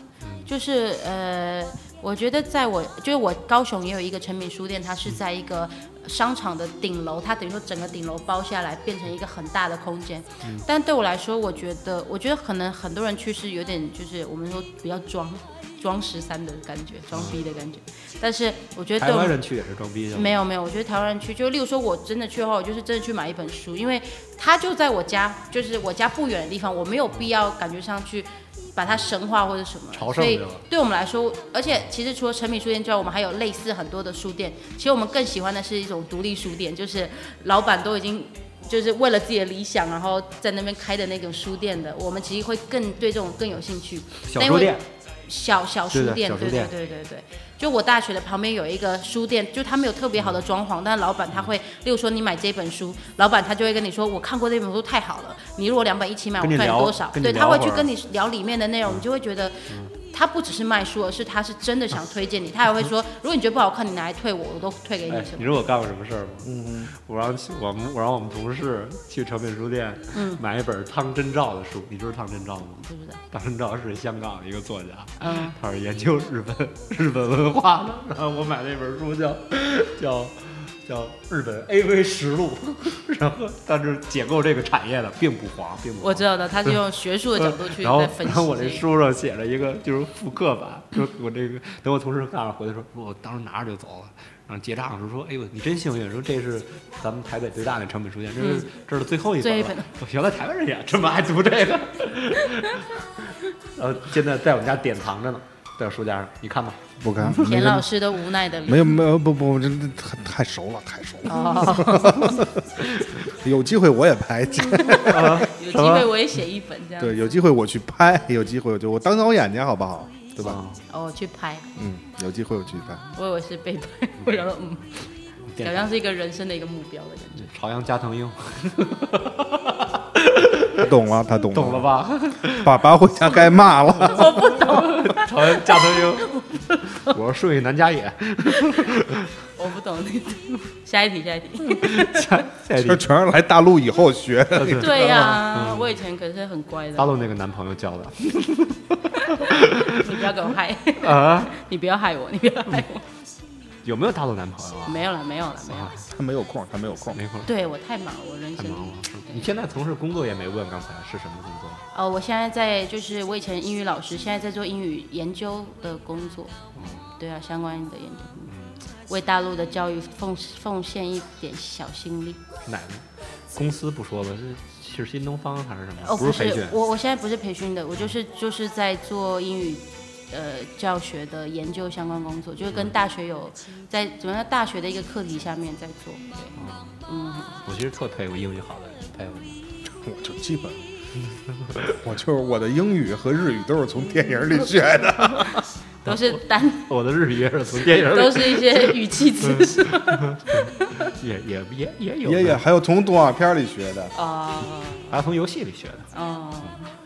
Speaker 2: 就是呃，我觉得在我就是我高雄也有一个诚品书店，它是在一个商场的顶楼，它等于说整个顶楼包下来，变成一个很大的空间。但对我来说，我觉得，我觉得可能很多人去是有点就是我们说比较装装十三的感觉，装逼的感觉。但是我觉得
Speaker 1: 台
Speaker 2: 对我
Speaker 1: 湾
Speaker 2: 们
Speaker 1: 人去也是装逼的吗，
Speaker 2: 没有没有，我觉得台湾人去，就例如说我真的去的话，我就是真的去买一本书，因为它就在我家，就是我家不远的地方，我没有必要感觉上去把它神化或者什么。
Speaker 1: 朝圣
Speaker 2: 所以
Speaker 1: 对吧
Speaker 2: 对我们来说，而且其实除了诚品书店之外，我们还有类似很多的书店。其实我们更喜欢的是一种独立书店，就是老板都已经。就是为了自己的理想，然后在那边开的那种书店的，我们其实会更对这种更有兴趣。
Speaker 1: 小
Speaker 2: 那因
Speaker 1: 书
Speaker 2: 为
Speaker 1: 店，
Speaker 2: 小小书
Speaker 1: 对的
Speaker 2: 店，对
Speaker 1: 小
Speaker 2: 对
Speaker 1: 书店
Speaker 2: 对对对。就我大学的旁边有一个书店，就他没有特别好的装潢，但是老板他会，例如说你买这本书，老板他就会跟你说，我看过这本书太好了，你如果两本一起买，我
Speaker 1: 跟你
Speaker 2: 赚
Speaker 1: 聊
Speaker 2: 多少？
Speaker 1: 跟你
Speaker 2: 对，
Speaker 1: 聊
Speaker 2: 他会去
Speaker 1: 会儿嗯
Speaker 2: 跟你聊里面的内容，你就会觉得。嗯他不只是卖书，而是他是真的想推荐你，他还会说，如果你觉得不好看，你拿来退我，我都退给你
Speaker 1: 嗯哎
Speaker 2: 什，
Speaker 1: 你
Speaker 2: 么。
Speaker 1: 知道我干过什么事儿吗？
Speaker 3: 嗯
Speaker 1: 我让我们我让我们同事去诚品书店
Speaker 2: 嗯
Speaker 1: 买一本汤真照的书，你知道汤真照吗？
Speaker 2: 是不是？
Speaker 1: 汤 <laughs> 真照是香港的一个作家，
Speaker 2: 嗯，
Speaker 1: 他是研究日本日本文化的。然后我买了一本书叫叫叫《日本 AV 实录》， <laughs> 然后但是解构这个产业的并不黄，并不黄
Speaker 2: 我知道的，他是用学术的角度
Speaker 1: 嗯
Speaker 2: 去
Speaker 1: 然后
Speaker 2: 在分析。
Speaker 1: 然后我这，书上写了一个就是复刻版，就是我这个等我同事看了回来说，我当时拿着就走了。然后结账的时候说：“哎呦，你真幸运！说这是咱们台北最大的成本书店，这是、这是最后一本
Speaker 2: 嗯最
Speaker 1: 了
Speaker 2: 后一本了。
Speaker 1: 我原来台湾人也这么爱读这个。
Speaker 2: <laughs>
Speaker 1: 然后现在在我们家典藏着呢，在我书架上，你看吧。
Speaker 3: 哼，不 <laughs> 敢。
Speaker 2: 田老师的无奈的
Speaker 3: 没
Speaker 2: 脸。
Speaker 3: 有没有不不，这这太太熟了，太熟了。
Speaker 2: 哦，
Speaker 3: <laughs> 有机会我也拍，
Speaker 2: 有机会我也写一本这样。
Speaker 3: 对，有机会我去拍，有机会我就我当导演去，好不好？对吧？
Speaker 1: 啊
Speaker 2: 哦，去拍。
Speaker 3: 嗯，有机会我去拍。
Speaker 2: 我以为是背叛，我想说嗯，好
Speaker 1: 典藏
Speaker 2: 像是一个人生的一个目标的感觉。
Speaker 1: 嗯朝阳加藤鹰， <laughs>
Speaker 3: 他懂了，他懂了，
Speaker 1: 懂了？吧？
Speaker 3: 爸爸回家该骂了。
Speaker 1: 朝阳加藤
Speaker 2: <laughs>
Speaker 1: 鹰，我是顺义南家野。
Speaker 2: 我不懂那个。 <laughs> 下一题，下一题。
Speaker 1: 嗯下
Speaker 2: <laughs>
Speaker 1: 下一
Speaker 3: 这
Speaker 1: 题，
Speaker 3: 全是来大陆以后学的。
Speaker 2: 对呀、我以前可是很乖
Speaker 1: 大
Speaker 2: 的，
Speaker 1: 陆那个男朋友教的。
Speaker 2: 你不要给我害， <laughs>
Speaker 1: 啊，
Speaker 2: 你不要害我，你不要害我。
Speaker 1: 有没有大陆男朋友啊？
Speaker 2: <laughs> 没有了，没有了，没有了。
Speaker 3: 他没有空，他没有空。
Speaker 1: 没空，
Speaker 2: 对我太忙了，我人
Speaker 1: 太
Speaker 2: 生
Speaker 1: 忙了。你现在从事工作也没问，刚才是什么工作？
Speaker 2: 哦，我现在在就是我以前英语老师，现在在做英语研究的工作，
Speaker 1: 嗯
Speaker 2: 对啊，相关的研究，为大陆的教育奉奉献一点小心力。
Speaker 1: 是哪个公司不说吧？是是新东方还是什么？
Speaker 2: 哦，
Speaker 1: 不是培训，
Speaker 2: 我我现在不是培训的，我就是就是在做英语，呃，教学的研究相关工作，就是跟大学有在怎么样大学的一个课题下面在做。对，嗯，
Speaker 1: 我其实特佩服英语好的人，佩服你。
Speaker 3: 我就基本， <laughs> 我就是我的英语和日语都是从电影里学的。
Speaker 2: 都是单，
Speaker 1: 我的日语也是从电影
Speaker 2: 都
Speaker 1: 里，
Speaker 2: 是一些语气词是吧？
Speaker 1: 也也也也有，
Speaker 3: 爷爷还有从动画片里学的，
Speaker 1: 嗯
Speaker 2: <laughs> 哦
Speaker 1: 还有从游戏里学的。
Speaker 2: 哦，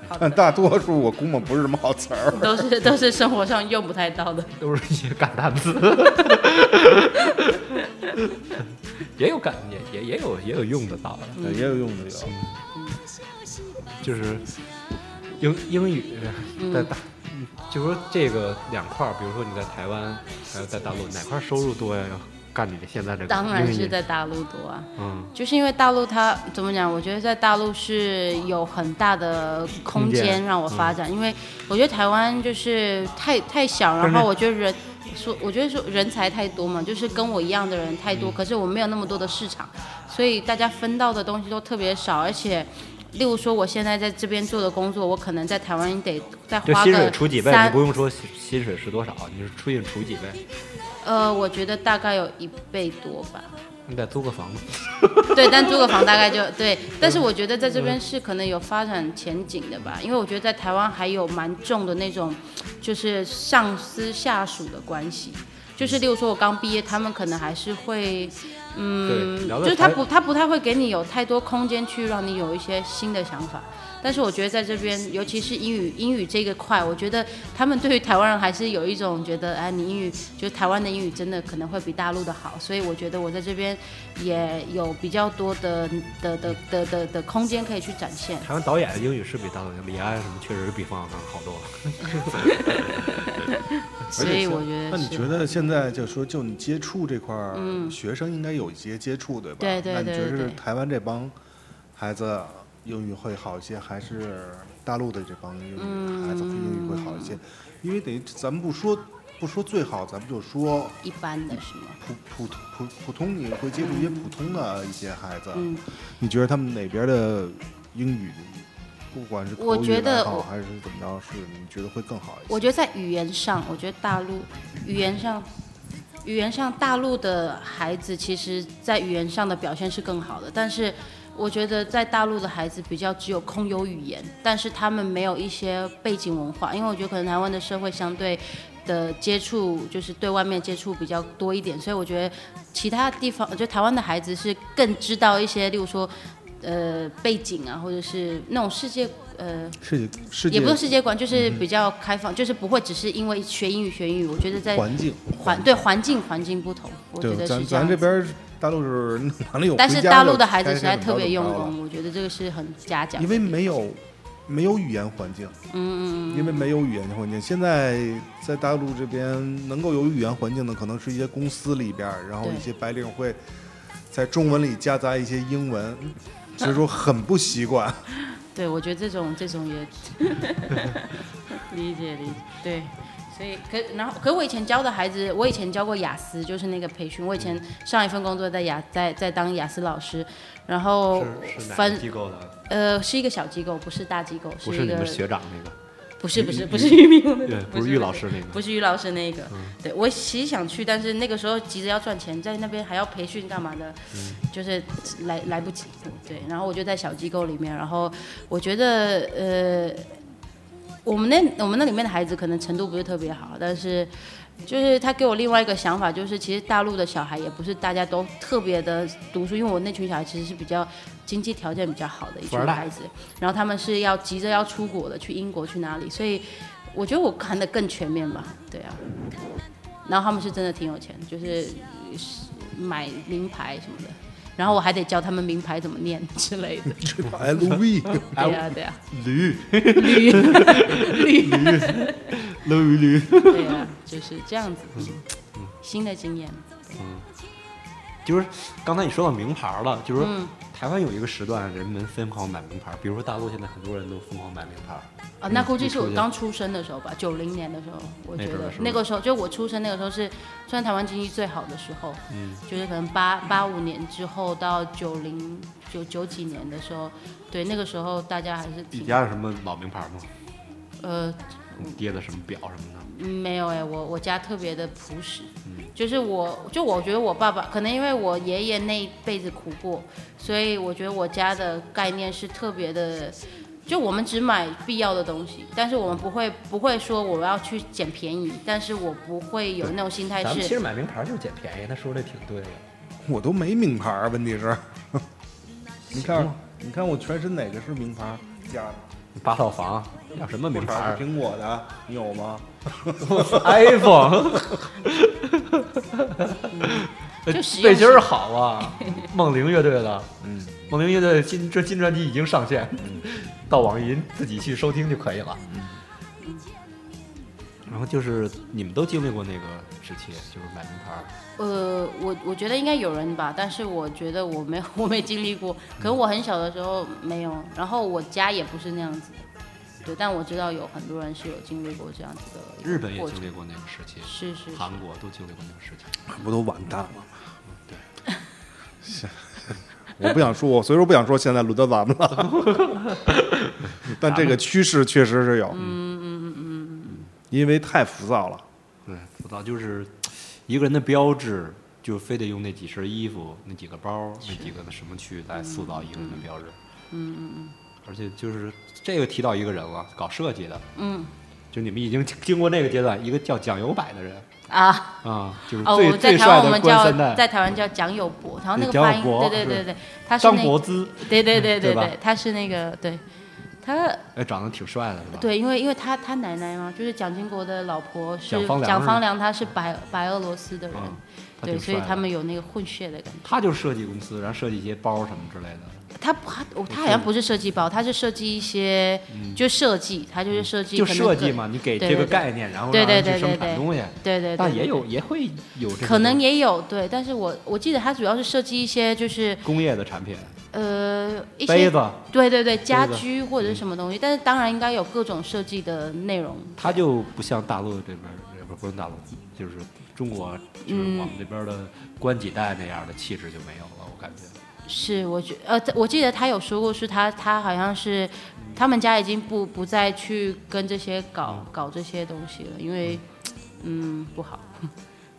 Speaker 2: 好
Speaker 3: 但
Speaker 2: 的，
Speaker 3: 大多数我估摸不是什么好词儿。
Speaker 2: 都是都是生活上用不太到的。
Speaker 1: 都是一些感叹
Speaker 2: <laughs>
Speaker 1: 词，也有感也也也有也有用得到的，
Speaker 3: 也有用的有，
Speaker 1: 就是英英语
Speaker 2: 嗯
Speaker 1: 在大，就说这个两块儿，比如说你在台湾还有在大陆，哪块儿收入多呀？要干你的现在这个
Speaker 2: 当
Speaker 1: 英
Speaker 2: 然
Speaker 1: 语
Speaker 2: 是在大陆多啊。
Speaker 1: 嗯
Speaker 2: 就是因为大陆它怎么讲？我觉得在大陆是有很大的空
Speaker 1: 空间嗯
Speaker 2: 间让我发展，因为我觉得台湾就是太太小，然
Speaker 1: 但是
Speaker 2: 后我觉得人说，我觉得说人才太多嘛，就是跟我一样的人太多，
Speaker 1: 嗯
Speaker 2: 可是我没有那么多的市场，所以大家分到的东西都特别少，而且。例如说，我现在在这边做的工作，我可能在台湾得再
Speaker 1: 就
Speaker 2: 花
Speaker 1: 薪水
Speaker 2: 个
Speaker 1: 除几倍，
Speaker 2: 三
Speaker 1: 你不用说薪薪水是多少，你是出去除几倍，
Speaker 2: 呃，我觉得大概有一倍多吧。
Speaker 1: 你得租个房子。 <laughs>
Speaker 2: 对，但租个房大概就
Speaker 1: 嗯
Speaker 2: 对，但是我觉得在这边是可能有发展前景的吧，因为我觉得在台湾还有蛮重的那种，就是上司下属的关系，
Speaker 1: 嗯
Speaker 2: 就是例如说我刚毕业，他们可能还是会，
Speaker 1: 对
Speaker 2: 嗯，
Speaker 1: 聊得
Speaker 2: 就是他
Speaker 1: 开
Speaker 2: 不他不太会给你有太多空间去让你有一些新的想法。但是我觉得在这边，尤其是英语英语这个块，我觉得他们对于台湾人还是有一种觉得，哎，你英语就台湾的英语真的可能会比大陆的好，所以我觉得我在这边也有比较多的的的的的的空间可以去展现。
Speaker 1: 台湾导演的英语是比大陆李安什么确实是比冯小刚好多了。
Speaker 2: 所以我觉得
Speaker 3: 那你
Speaker 2: 是
Speaker 3: 觉得现在就说就你接触这块儿，
Speaker 2: 嗯
Speaker 3: 学生应该有一些接触，对吧？
Speaker 2: 对对
Speaker 3: 那你觉
Speaker 2: 对
Speaker 3: 得
Speaker 2: 对
Speaker 3: 台湾这帮孩子英语会好一些，还是大陆的这帮英语孩子英语会好一些？因为得咱们不说不说最好，咱们就说
Speaker 2: 一般的是吗？
Speaker 3: 普普通普普通，你会接触一些普通的一些孩子，
Speaker 2: 嗯，
Speaker 3: 你觉得他们哪边的英语，不管是
Speaker 2: 我
Speaker 3: 口语
Speaker 2: 觉
Speaker 3: 也
Speaker 2: 得
Speaker 3: 好
Speaker 2: 我
Speaker 3: 还是怎么着，是你觉得会更好一些？
Speaker 2: 我觉得在语言上，我觉得大陆语言上，语言上大陆的孩子其实在语言上的表现是更好的，但是我觉得在大陆的孩子比较只有空有语言，但是他们没有一些背景文化，因为我觉得可能台湾的社会相对。的接触就是对外面接触比较多一点，所以我觉得其他地方，我觉得台湾的孩子是更知道一些，例如说，呃，背景啊，或者是那种世界，呃，
Speaker 3: 世界世界
Speaker 2: 也不是世界观，就是比较开放，就是不会只是因为学英语学英语。我觉得在
Speaker 3: 环境
Speaker 2: 环对环境环境不同，我觉
Speaker 3: 对，
Speaker 2: 得
Speaker 3: 咱
Speaker 2: 是这
Speaker 3: 咱
Speaker 2: 样
Speaker 3: 这
Speaker 2: 子。
Speaker 3: 边儿大陆是弄完了有回家就，
Speaker 2: 但是大陆的孩子
Speaker 3: 该
Speaker 2: 实在
Speaker 3: 怎么着
Speaker 2: 特别
Speaker 3: 怎么
Speaker 2: 用
Speaker 3: 着了，
Speaker 2: 功，我觉得这个是很嘉奖的
Speaker 3: 因
Speaker 2: 地
Speaker 3: 为
Speaker 2: 方。
Speaker 3: 没有没有语言环境，嗯嗯嗯，因为没有语言环境。现在在大陆这边能够有语言环境的，可能是一些公司里边儿，然后
Speaker 2: 对
Speaker 3: 一些白领会在中文里夹杂一些英文，所以说很不习惯。 <laughs>
Speaker 2: 对，我觉得这种这种也理解理解，对。所以可然后可我以前教的孩子，我以前教过雅思，就是那个培训。我以前上一份工作在雅在在当雅思老师，然后
Speaker 1: 是是哪
Speaker 2: 翻
Speaker 1: 个机构的？
Speaker 2: 呃是一个小机构，不是大机构，
Speaker 1: 不
Speaker 2: 一
Speaker 1: 你
Speaker 2: 个
Speaker 1: 们学长那个，
Speaker 2: 不是不是不是玉米我们
Speaker 1: 对，
Speaker 2: 不
Speaker 1: 不是
Speaker 2: 是
Speaker 1: 玉老师那个。嗯
Speaker 2: 不是于老师那个，对我其实想去，但是那个时候急着要赚钱，在那边还要培训干嘛的，
Speaker 1: 嗯
Speaker 2: 就是来来不及。对，然后我就在小机构里面，然后我觉得呃，我们那我们那里面的孩子可能程度不是特别好，但是就是他给我另外一个想法，就是其实大陆的小孩也不是大家都特别的读书，因为我那群小孩其实是比较经济条件比较好的一群
Speaker 1: 富二代
Speaker 2: 孩子，然后他们是要急着要出国的，去英国去哪里，所以我觉得我看的更全面吧，对啊。然后他们是真的挺有钱，就是呃买名牌什么的，然后我还得教他们名牌怎么念之
Speaker 1: <laughs>
Speaker 2: 类的。 <laughs>
Speaker 3: LV
Speaker 1: 哎
Speaker 2: 对啊，对啊，
Speaker 3: 驴
Speaker 2: 绿绿，
Speaker 3: ，LV 驴。
Speaker 2: 对啊，就是这样子。嗯新的经验，
Speaker 1: 就是刚才你说到名牌了，就是说
Speaker 2: 嗯，
Speaker 1: 台湾有一个时段人们疯狂买名牌，比如说大陆现在很多人都疯狂买名牌，嗯
Speaker 2: 啊，那估计
Speaker 1: 你
Speaker 2: 是我
Speaker 1: 出去
Speaker 2: 刚出生的时候吧，九零年的时候，我
Speaker 1: 那
Speaker 2: 觉
Speaker 1: 阵儿
Speaker 2: 得
Speaker 1: 是吧
Speaker 2: 那个时候就我出生那个时候是算台湾经济最好的时候，
Speaker 1: 嗯，
Speaker 2: 就是可能八八五年之后到九零九九几年的时候，对，那个时候大家还是
Speaker 1: 你
Speaker 2: 挺
Speaker 1: 家有什么老名牌吗？
Speaker 2: 呃
Speaker 1: 你爹的什么表什么的？
Speaker 2: 嗯没有哎、我我家特别的朴实，
Speaker 1: 嗯
Speaker 2: 就是我就我觉得我爸爸可能因为我爷爷那一辈子苦过，所以我觉得我家的概念是特别的，就我们只买必要的东西，但是我们不会不会说我要去捡便宜，但是我不会有那种心态
Speaker 1: 咱们其
Speaker 2: 是，
Speaker 1: 实买名牌就是捡便宜，他说的挺对的。
Speaker 3: 我都没名牌儿，问
Speaker 1: <laughs>
Speaker 3: 题是，你
Speaker 1: 行
Speaker 3: 看
Speaker 1: 吗，
Speaker 3: 你看我全身哪个是名牌儿？假
Speaker 1: 八套房要什么名牌
Speaker 3: 牌
Speaker 1: 儿
Speaker 3: 是苹果的，你有吗？
Speaker 1: <laughs> ？iPhone，
Speaker 2: <laughs> 就
Speaker 1: <laughs>
Speaker 2: 实
Speaker 1: 背心
Speaker 2: 用性
Speaker 1: 儿好啊，梦玲乐队的，
Speaker 3: 嗯，
Speaker 1: 梦玲乐队新这新专辑已经上线，到网易云自己去收听就可以了。嗯然后就是你们都经历过那个时期，就是买名牌儿，
Speaker 2: 呃，我我觉得应该有人吧，但是我觉得我没 <laughs> 有，我没经历过。可能我很小的时候没有，然后我家也不是那样子的，对。但我知道有很多人是有经历过这样子的一个
Speaker 1: 日本也
Speaker 2: 过
Speaker 1: 经
Speaker 2: 程
Speaker 1: 历过那个时期，
Speaker 2: 是是是
Speaker 1: 韩国都经历过那个时期。
Speaker 3: 不都完蛋了吗？对， <laughs> 我不想说，我所以说不想说，现在轮到咱们了。 <laughs> 但这个趋势确实是有，嗯嗯嗯嗯，因为太浮躁了，
Speaker 1: 对，浮躁就是一个人的标志，就非得用那几身衣服、那几个包、那几个什么去
Speaker 2: 嗯
Speaker 1: 来塑造一个人的标志。嗯嗯嗯。而且就是这个提到一个人了，搞设计的，
Speaker 2: 嗯
Speaker 1: 就你们已经经经过那个阶段，一个叫蒋友柏的人
Speaker 2: 啊，
Speaker 1: 啊，就是
Speaker 2: 哦，
Speaker 1: 最、
Speaker 2: 我在
Speaker 1: 最
Speaker 2: 台湾
Speaker 1: 帅
Speaker 2: 我
Speaker 1: 的
Speaker 2: 们
Speaker 1: 官
Speaker 2: 叫
Speaker 1: 三代
Speaker 2: 在台湾叫蒋友柏，然后那个
Speaker 1: 对
Speaker 2: 发
Speaker 1: 蒋友
Speaker 2: 音，
Speaker 1: 柏
Speaker 2: 对对对对，他是
Speaker 1: 张
Speaker 2: 那
Speaker 1: 柏
Speaker 2: 个，
Speaker 1: 芝，
Speaker 2: 对对
Speaker 1: 对
Speaker 2: 对对
Speaker 1: 吧
Speaker 2: 对，他是那个对，他
Speaker 1: 哎，长得挺帅的，是吧？，
Speaker 2: 对，因为因为他他奶奶嘛，就是蒋经国的老婆是
Speaker 1: 蒋方良是吗
Speaker 2: 方良，她是白白俄罗斯的人，
Speaker 1: 嗯他挺
Speaker 2: 对，所以
Speaker 1: 帅
Speaker 2: 他
Speaker 1: 的
Speaker 2: 们有那个混血的感觉。
Speaker 1: 他就是设计公司，然后设计一些包什么之类的。
Speaker 2: 他不他哦他好像不是设计包，他是设计一些就设计，他就是设计
Speaker 1: 嗯就
Speaker 2: 可能
Speaker 1: 设计
Speaker 2: 更
Speaker 1: 嘛，你给
Speaker 2: 对
Speaker 1: 这个
Speaker 2: 对对
Speaker 1: 概念，然后
Speaker 2: 对
Speaker 1: 让
Speaker 2: 对
Speaker 1: 人
Speaker 2: 对
Speaker 1: 去生
Speaker 2: 对
Speaker 1: 产
Speaker 2: 对
Speaker 1: 东西，
Speaker 2: 对对，
Speaker 1: 但
Speaker 2: 对
Speaker 1: 也
Speaker 2: 对
Speaker 1: 有也会有这
Speaker 2: 可
Speaker 1: 种
Speaker 2: 能也有对，但是我我记得他主要是设计一些就是
Speaker 1: 工业的产品，
Speaker 2: 呃一
Speaker 1: 杯
Speaker 2: 些
Speaker 1: 子，
Speaker 2: 对对对家
Speaker 1: 杯子
Speaker 2: 居或者是什么东西，但是当然应该有各种设计的内容。
Speaker 1: 它就不像大陆这边儿，也不是不是大陆，就是中国，
Speaker 2: 嗯
Speaker 1: 就是我们这边儿的官几代那样的气质就没有了，我感觉。
Speaker 2: 是，我觉呃，我记得他有说过，是他他好像是他们家已经不不再去跟这些
Speaker 1: 嗯
Speaker 2: 搞搞这些东西了，因为嗯不好。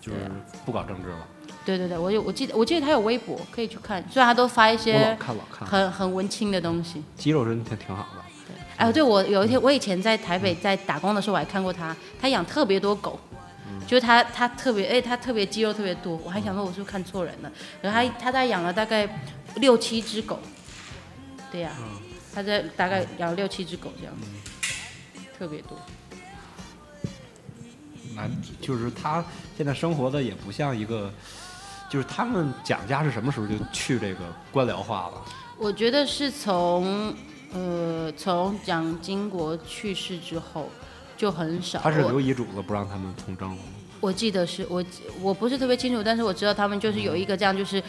Speaker 1: 就是不搞政治了，
Speaker 2: 对对对，我有我记得我记得他有微博可以去看，虽然他都发一
Speaker 1: 我老
Speaker 2: 些
Speaker 1: 看老看，
Speaker 2: 很很文青的东西。
Speaker 1: 肌肉人挺挺好的，
Speaker 2: 哎，对我有一天我以前在台北在打工的时候，我还看过他，他养特别多狗。
Speaker 1: 嗯
Speaker 2: 就是他，他特别，哎，他特别肌肉特别多，我还想说我是不是看错人了。
Speaker 1: 嗯
Speaker 2: 然后他他在养了大概六七只狗，对呀、
Speaker 1: 嗯
Speaker 2: 他在大概养了六七只狗这样子，
Speaker 1: 嗯
Speaker 2: 特别多。
Speaker 1: 那就是他现在生活的也不像一个，就是他们蒋家是什么时候就去这个官僚化了？
Speaker 2: 我觉得是从呃从蒋经国去世之后就很少，
Speaker 1: 他是
Speaker 2: 呃我
Speaker 1: 留遗嘱了，不让他们从政了吗。
Speaker 2: 我记得是我我不是特别清楚，但是我知道他们就是有一个这样，就是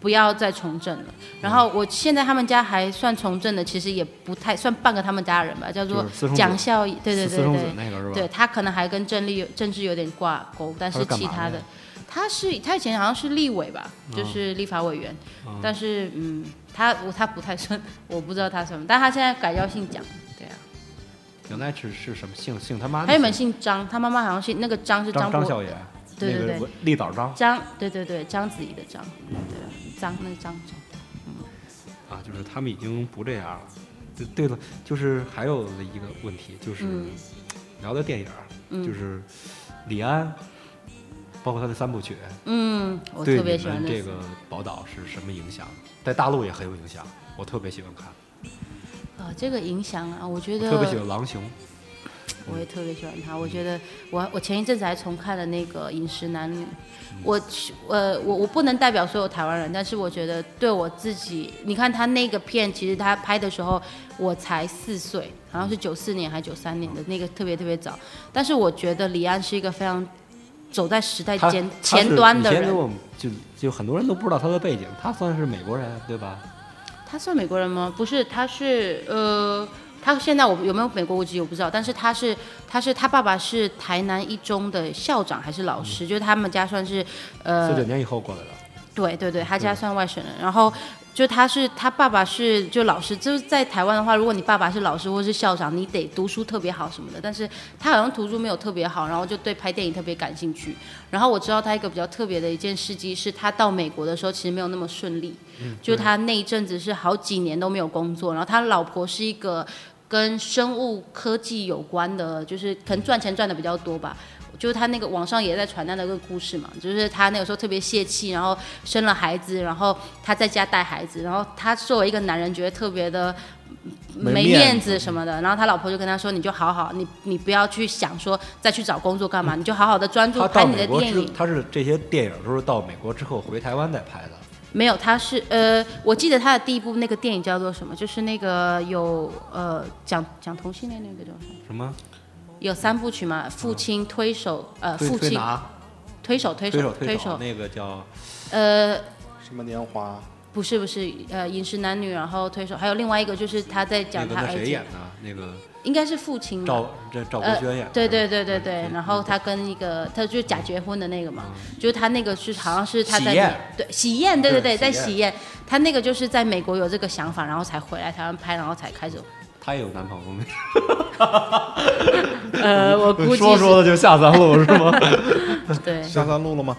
Speaker 2: 不要再从政了。然后我现在他们家还算从政的，其实也不太算半个他们家人吧，叫做
Speaker 1: 就是私生子
Speaker 2: 蒋孝义，对对
Speaker 1: 私
Speaker 2: 对
Speaker 1: 私生子
Speaker 2: 对，
Speaker 1: 那个是吧？
Speaker 2: 对他可能还跟政力有政治有点挂钩，但是
Speaker 1: 他是干嘛
Speaker 2: 其他
Speaker 1: 的
Speaker 2: 的。他是他以前好像是立委吧，就是立法委员，
Speaker 1: 嗯
Speaker 2: 但是嗯，他我他不太算，我不知道他什么，但他现在改叫姓蒋，对啊，
Speaker 1: 原来是是什么姓姓他妈的姓？
Speaker 2: 还有一本姓张，他妈妈好像姓那个张是
Speaker 1: 张
Speaker 2: 伯
Speaker 1: 张孝也，
Speaker 2: 对对
Speaker 1: 那
Speaker 2: 对
Speaker 1: 个立早张
Speaker 2: 张，对对对，章子怡的章，对，张那个张张，
Speaker 1: 啊，就是他们已经不这样了。对对了，就是还有一个问题，就是
Speaker 2: 嗯
Speaker 1: 聊的电影儿，
Speaker 2: 嗯
Speaker 1: 就是李安，包括他的三部曲，
Speaker 2: 嗯，我
Speaker 1: 对
Speaker 2: 特
Speaker 1: 你
Speaker 2: 别喜欢
Speaker 1: 们这
Speaker 2: 个，
Speaker 1: 个宝岛是什么影响？在大陆也很有影响，我特别喜欢看，
Speaker 2: 啊，这个影响啊，我觉
Speaker 1: 我
Speaker 2: 得
Speaker 1: 特别喜欢嗯狼熊，
Speaker 2: 我也特别喜欢他。我觉得我我前一阵子还重看了那个《饮食男女》，
Speaker 1: 嗯
Speaker 2: 我呃我我不能代表所有台湾人，但是我觉得对我自己，你看他那个片，其实他拍的时候我才四岁，好
Speaker 1: 嗯
Speaker 2: 像是九四年还是九三年的那个特别特别早，但是我觉得李安是一个非常。走在时代
Speaker 1: 他
Speaker 2: 前
Speaker 1: 他是
Speaker 2: 前端的
Speaker 1: 你
Speaker 2: 人
Speaker 1: 先给，我们就就很多人都不知道他的背景，他算是美国人对吧？
Speaker 2: 他算美国人吗？不是，他是呃，他现在我有没有美国国籍我不知道，但是他是他是他爸爸是台南一中的校长还是老师，就是他们家算是
Speaker 1: 四九
Speaker 2: 呃，
Speaker 1: 年以后过来的，
Speaker 2: 对对对，他家算外省人，然后。就他是他爸爸是就老师，就是在台湾的话，如果你爸爸是老师或是校长，你得读书特别好什么的。但是他好像读书没有特别好，然后就对拍电影特别感兴趣。然后我知道他一个比较特别的一件事迹是，他到美国的时候其实没有那么顺利，就他那一阵子是好几年都没有工作，然后他老婆是一个跟生物科技有关的，就是可能赚钱赚的比较多吧。就是他那个网上也在传他那个故事嘛，就是他那个时候特别泄气，然后生了孩子，然后他在家带孩子，然后他作为一个男人觉得特别的嗯
Speaker 3: 没
Speaker 2: 没
Speaker 3: 面
Speaker 2: 面
Speaker 3: 子
Speaker 2: 子什么的。然后他老婆就跟他说：“你就好好，你你不要去想说再去找工作干嘛，你就好好的专注
Speaker 1: 他
Speaker 2: 拍
Speaker 1: 到
Speaker 2: 你的
Speaker 1: 美国
Speaker 2: 电
Speaker 1: 之
Speaker 2: 影，。
Speaker 1: 他是这些电影都是到美国之后回台湾再拍的。”
Speaker 2: 没有，他是呃，我记得他的第一部那个电影叫做什么？就是那个有呃讲讲同性恋那个叫什么？
Speaker 1: 什么？
Speaker 2: 啊有三部曲嘛，父亲推手呃
Speaker 1: 推
Speaker 2: 父
Speaker 1: 推
Speaker 2: 亲
Speaker 1: 拿
Speaker 2: 推手推
Speaker 1: 推手
Speaker 2: 手
Speaker 1: 推手那个叫
Speaker 2: 呃
Speaker 3: 什么年华？
Speaker 2: 不是不是呃饮食男女，然后推手还有另外一个就是他在
Speaker 1: 那
Speaker 2: 讲
Speaker 1: 个
Speaker 2: 他
Speaker 1: 那
Speaker 2: 儿
Speaker 1: 谁
Speaker 2: 子
Speaker 1: 演，的？那个
Speaker 2: 应该是父亲吧
Speaker 1: 赵这赵国
Speaker 2: 呃
Speaker 1: 轩演的。
Speaker 2: 对对对对对，
Speaker 1: 嗯
Speaker 2: 然后他跟一个，他就是假结婚的那个嘛，就是他那个是好像是他在
Speaker 1: 喜宴
Speaker 2: 对喜宴，对对
Speaker 1: 对
Speaker 2: 对，在
Speaker 1: 喜宴
Speaker 2: 喜宴，他那个就是在美国有这个想法，然后才回来台湾拍，然后才开始，
Speaker 1: 她也有男朋友
Speaker 2: <laughs>
Speaker 1: 没？
Speaker 2: 呃，我估计是
Speaker 1: 说说的就下三
Speaker 2: <laughs>
Speaker 1: 路是吗？
Speaker 2: 对，
Speaker 3: 下三路了吗？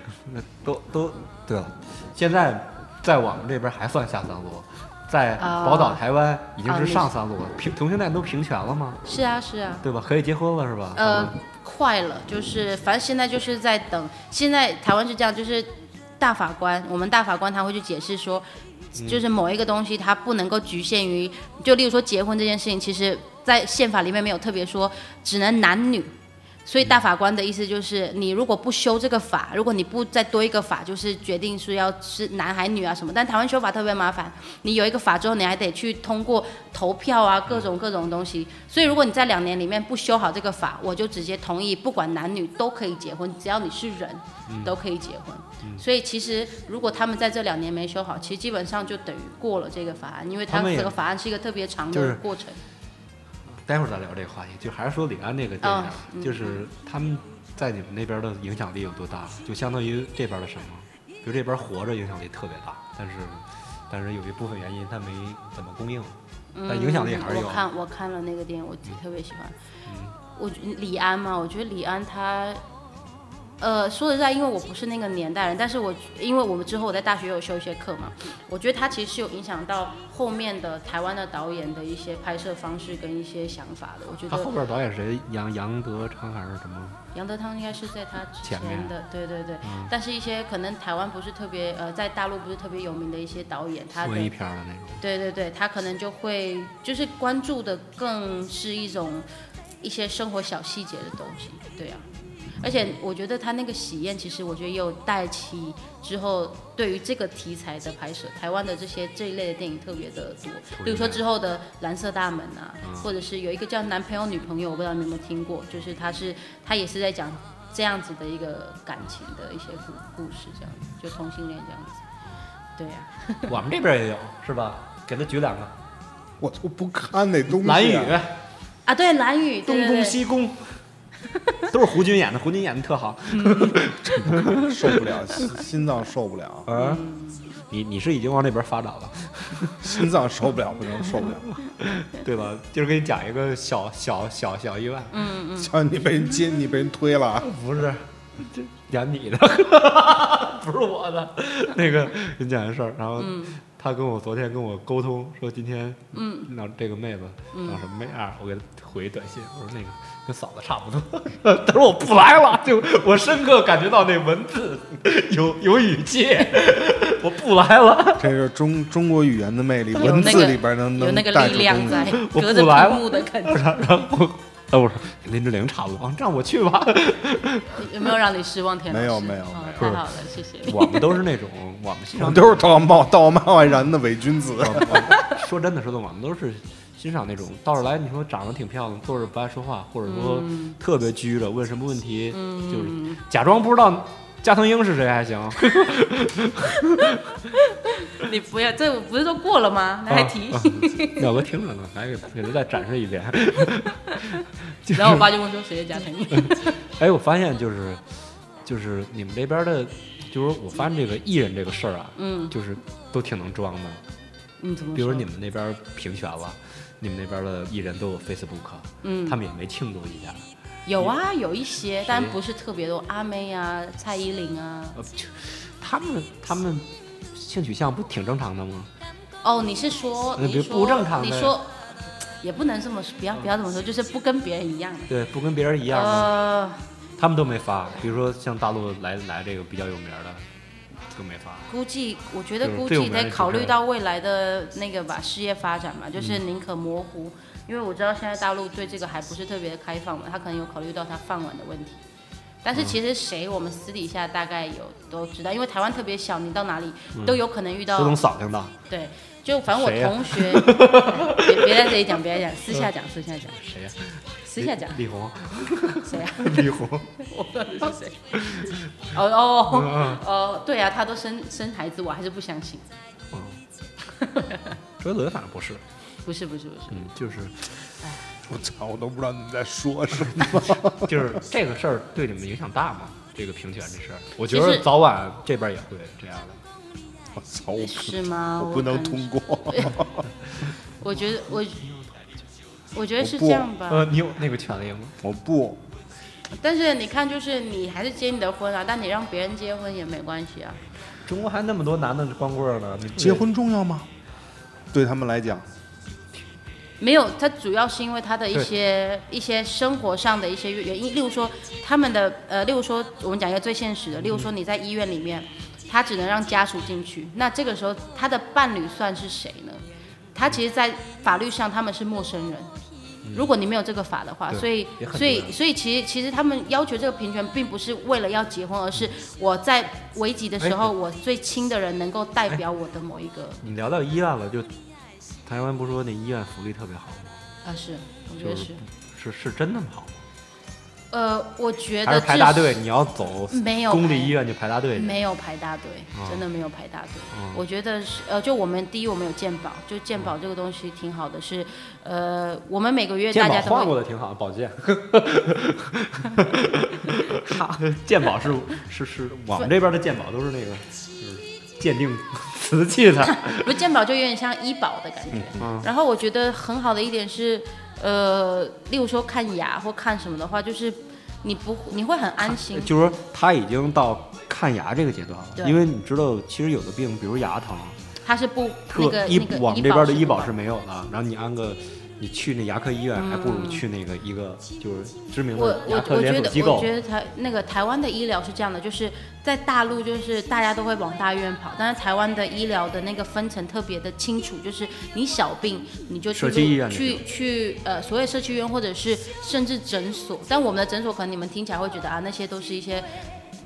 Speaker 1: <laughs> 都都对了，现在在我们这边还算下三路，在
Speaker 2: 啊
Speaker 1: 宝岛台湾已经
Speaker 2: 啊
Speaker 1: 是
Speaker 2: 那
Speaker 1: 上三路了，平同性恋都平权了吗？
Speaker 2: 是啊是啊，
Speaker 1: 对吧？可以结婚了是吧？
Speaker 2: 呃，快了，就是反正现在就是在等，现在台湾是这样，就是大法官，我们大法官他会去解释说，就是某一个东西它不能够局限于，就例如说结婚这件事情，其实在宪法里面没有特别说只能男女。所以大法官的意思就是，你如果不修这个法，如果你不再多一个法，就是决定是要是男还女啊什么。但台湾修法特别麻烦，你有一个法之后，你还得去通过投票啊，各种各种东西。所以如果你在两年里面不修好这个法，我就直接同意，不管男女都可以结婚，只要你是人，都可以结婚。
Speaker 1: 嗯
Speaker 2: 所以其实如果他们在这两年没修好，其实基本上就等于过了这个法案，因为
Speaker 1: 他
Speaker 2: 它
Speaker 1: 们也
Speaker 2: 这个法案是一个特别长
Speaker 1: 就是
Speaker 2: 的过程。
Speaker 1: 待会儿再聊这个话题，就还是说李安这个电
Speaker 2: 哦
Speaker 1: 影，
Speaker 2: 嗯
Speaker 1: 就是他们在你们那边的影响力有多大？就相当于这边的什么？比如这边活着影响力特别大，但是但是有一部分原因他没怎么供应，
Speaker 2: 嗯，
Speaker 1: 但影响力还是有啊嗯
Speaker 2: 我看我看了那个电影，我自己特别喜欢。我觉李安嘛，我觉得李安他，呃，说实在，因为我不是那个年代人，但是我因为我们之后我在大学有修一些课嘛，我觉得他其实是有影响到后面的台湾的导演的一些拍摄方式跟一些想法的。我觉
Speaker 1: 啊他后
Speaker 2: 得
Speaker 1: 边导演谁？杨杨德昌还是什么？
Speaker 2: 杨德昌应该是在他之
Speaker 1: 前面啊嗯
Speaker 2: 前的，对对对。但是一些可能台湾不是特别呃，在大陆不是特别有名的一些导演，他的
Speaker 1: 文艺片儿的那种。
Speaker 2: 对对对，他可能就会就是关注的更是一种一些生活小细节的东西，对啊。而且我觉得他那个喜宴，其实我觉得也有带起之后对于这个题材的拍摄，台湾的这些这一类的电影特别的多。比如说之后的《蓝色大门》啊，或者是有一个叫《男朋友女朋友》，我不知道你们有没有听过，就是他是他也是在讲这样子的一个感情的一些故故事，这样子就同性恋这样子。对啊呀、
Speaker 1: 我们这边也有是吧？给他举两个，
Speaker 3: 我就不看那东西、
Speaker 1: 蓝宇、
Speaker 2: 啊，对蓝宇，对
Speaker 1: 东
Speaker 2: 对对
Speaker 1: 宫西
Speaker 2: <laughs>
Speaker 1: 宫，都是胡军演的，胡军演的特好。
Speaker 3: 受不了，心心脏受不了，
Speaker 1: 啊，你你是已经往那边发展了，
Speaker 3: 心脏受不了，不行，受不了。
Speaker 1: 对吧？今儿给你讲一个小小小小意外，
Speaker 2: 嗯
Speaker 3: 瞧你被人接，你被人推了啊，
Speaker 1: 不是，这演你的， <laughs> 不是我的。那个给你讲一事儿，然后他跟我昨天跟我沟通说今天，嗯，那这个妹子长什么样儿？我给他回短信，我说那个跟嫂子差不多。 <laughs> 他说我不来了，就我深刻感觉到那文字有有语气，我不来了，
Speaker 3: 这是中中国语言的魅力，
Speaker 2: 有
Speaker 3: 文
Speaker 2: 那
Speaker 3: 字
Speaker 2: 个
Speaker 3: 里边能
Speaker 2: 有
Speaker 3: 能
Speaker 2: 那个
Speaker 3: 带
Speaker 2: 力
Speaker 3: 出
Speaker 2: 量
Speaker 3: 东
Speaker 2: 在
Speaker 3: 西。，
Speaker 1: 哎我
Speaker 2: 隔着
Speaker 1: 不来了
Speaker 2: 屏幕的感
Speaker 3: <laughs>
Speaker 2: 觉，
Speaker 1: 然然后。哎，我说林志玲差不多，哦让我去吧。
Speaker 2: 有没有让你失望？田老师
Speaker 3: 没有没有
Speaker 2: 哦
Speaker 3: 没有
Speaker 2: 太好了，谢谢你。 <laughs>
Speaker 1: 我们都是那种，我们欣
Speaker 3: 我
Speaker 1: 赏
Speaker 3: 们都是道貌道貌岸然的伪君 <laughs> 子。
Speaker 1: 说真的，说的我们都是欣赏那种到这儿来，你说长得挺漂亮，坐着不爱说话，或者说
Speaker 2: 嗯
Speaker 1: 特别拘着，问什么问题、就是假装不知道加藤鹰是谁还
Speaker 2: <laughs>
Speaker 1: 行，
Speaker 2: 你不要，这不是都过了吗？还提 <laughs>
Speaker 1: 啊？要不听着呢，来给给他再展示一遍。 <laughs> 就是
Speaker 2: 然后我爸就问说谁是贾成
Speaker 3: <laughs>
Speaker 2: 义？
Speaker 1: 哎，我发现就是就是你们这边的，就是我发现这个艺人这个事儿啊，
Speaker 2: 嗯
Speaker 1: 就是都挺能装的。
Speaker 2: 嗯，怎么说？
Speaker 1: 比如你们那边平权了，你们那边的艺人都有 Facebook，、
Speaker 2: 嗯
Speaker 1: 他们也没庆祝一下。
Speaker 2: 有啊，有一些，但不是特别多，阿妹啊，蔡依林啊。
Speaker 1: 呃，就他们他们性取向不挺正常的吗？
Speaker 2: 哦，你是说
Speaker 1: 那
Speaker 2: 你
Speaker 1: 呃不
Speaker 2: 说
Speaker 1: 不正常的
Speaker 2: 你说也不能这么说，不要不要这么说，就是不跟别人一样。
Speaker 1: 对，不跟别人一样啊吗？
Speaker 2: 呃，
Speaker 1: 他们都没发，比如说像大陆来来这个比较有名的，更没法。
Speaker 2: 估计，我觉得
Speaker 1: 就是
Speaker 2: 估
Speaker 1: 对我
Speaker 2: 计
Speaker 1: 们来
Speaker 2: 得
Speaker 1: 说
Speaker 2: 考虑
Speaker 1: 是嗯
Speaker 2: 到未来的那个吧，事业发展嘛，就是宁可模糊，因为我知道现在大陆对这个还不是特别的开放嘛，他可能有考虑到他饭碗的问题。但
Speaker 1: 嗯
Speaker 2: 是其实谁，我们私底下大概有都知道，因为台湾特别小，你到哪里
Speaker 1: 嗯
Speaker 2: 都有可能遇到
Speaker 1: 都能扫听到，
Speaker 2: 对，就反正我
Speaker 1: 谁啊呀
Speaker 2: 同学，
Speaker 1: <laughs>
Speaker 2: 哎别别在这里讲，别在这里讲，私下讲，私下讲，
Speaker 1: 谁呀、
Speaker 2: 私下讲，
Speaker 1: 李李红，
Speaker 2: 谁啊？
Speaker 1: 李红，
Speaker 2: <laughs>
Speaker 1: 嗯
Speaker 2: 我到底是谁？哦哦哦，对啊，他都生生孩子，我还是不相信。
Speaker 1: 嗯，周杰伦反正不是，
Speaker 2: 不是不是不是，
Speaker 1: 嗯，就是
Speaker 3: 我操，我都不知道你们在说什么。
Speaker 2: <laughs>
Speaker 1: 就是这个事儿对你们影响大吗？这个平权这事儿，我觉
Speaker 2: 其
Speaker 1: 得
Speaker 2: 实
Speaker 1: 早晚这边也会这样的。
Speaker 3: 我操，我
Speaker 2: 是吗？
Speaker 3: 我不能
Speaker 2: 感觉
Speaker 3: 通过。
Speaker 2: 我觉得我，我觉得是
Speaker 3: 我不
Speaker 2: 这样吧。
Speaker 1: 呃，你有那个权利吗？
Speaker 3: <laughs> 我不，
Speaker 2: 但是你看，就是你还是结你的婚啊，但你让别人结婚也没关系啊。
Speaker 1: 中国还那么多男的光棍儿呢，你
Speaker 3: 结婚重要吗？对他们来讲，
Speaker 2: 没有，他主要是因为他的一
Speaker 1: 对
Speaker 2: 些一些生活上的一些原因，例如说他们的呃，例如说我们讲一个最现实的，例如说
Speaker 1: 嗯
Speaker 2: 你在医院里面，他只能让家属进去，那这个时候他的伴侣算是谁呢？他其实，在法律上他们是陌生人。如果你没有这个法的话，
Speaker 1: 嗯对
Speaker 2: 所以
Speaker 1: 也很
Speaker 2: 所
Speaker 1: 自
Speaker 2: 以
Speaker 1: 然
Speaker 2: 所以其实其实他们要求这个平权，并不是为了要结婚，而
Speaker 1: 嗯
Speaker 2: 是我在危急的时
Speaker 1: 哎
Speaker 2: 候，我最亲的人能够代表我的某一个，
Speaker 1: 你聊到医院了，就台湾不说那医院福利特别好吗？
Speaker 2: 啊是，我觉
Speaker 1: 就
Speaker 2: 得
Speaker 1: 是
Speaker 2: 是，
Speaker 1: 是是真的好吗？
Speaker 2: 呃，我觉
Speaker 1: 还
Speaker 2: 得
Speaker 1: 是排大
Speaker 2: 至
Speaker 1: 队？你要走
Speaker 2: 没有
Speaker 1: 公
Speaker 2: 排
Speaker 1: 立医院就排大队去？
Speaker 2: 没有排大队
Speaker 1: 哦，
Speaker 2: 真的没有排大队。
Speaker 1: 嗯
Speaker 2: 我觉得是呃，就我们第一，我们有健保，就健保这个东西挺好的，是呃，我们每个月大
Speaker 1: 健
Speaker 2: 家
Speaker 1: 保
Speaker 2: 都
Speaker 1: 换
Speaker 2: 会
Speaker 1: 过的挺好，保健。好， <laughs> 健保是是是，我们这边的健保都是那个，就是鉴定瓷器的。
Speaker 2: 不是健保就有点像医保的感
Speaker 1: 嗯
Speaker 2: 觉。然后我觉得很好的一点是，呃，例如说看牙或看什么的话，就是你不你会很安心。
Speaker 1: 就是说他已经到看牙这个阶段了，
Speaker 2: 对
Speaker 1: 因为你知道，其实有的病，比如牙疼，
Speaker 2: 它是不那
Speaker 1: 特
Speaker 2: 个
Speaker 1: 医
Speaker 2: 那个
Speaker 1: 我们这边的
Speaker 2: 是
Speaker 1: 医
Speaker 2: 不
Speaker 1: 保
Speaker 2: 保
Speaker 1: 是没有的，然后你安个。你去那牙科医院，还不如去那个一个就是知名
Speaker 2: 嗯我
Speaker 1: 的牙
Speaker 2: 我
Speaker 1: 科
Speaker 2: 我
Speaker 1: 连
Speaker 2: 觉
Speaker 1: 锁
Speaker 2: 得
Speaker 1: 机
Speaker 2: 我
Speaker 1: 构
Speaker 2: 觉，得台那个台湾的医疗是这样的，就是在大陆就是大家都会往大医院跑，但是台湾的医疗的那个分层特别的清楚，就是你小病你就去
Speaker 1: 社区医院
Speaker 2: 路去去呃所谓社区医院或者是甚至诊所，但我们的诊所可能你们听起来会觉得啊那些都是一些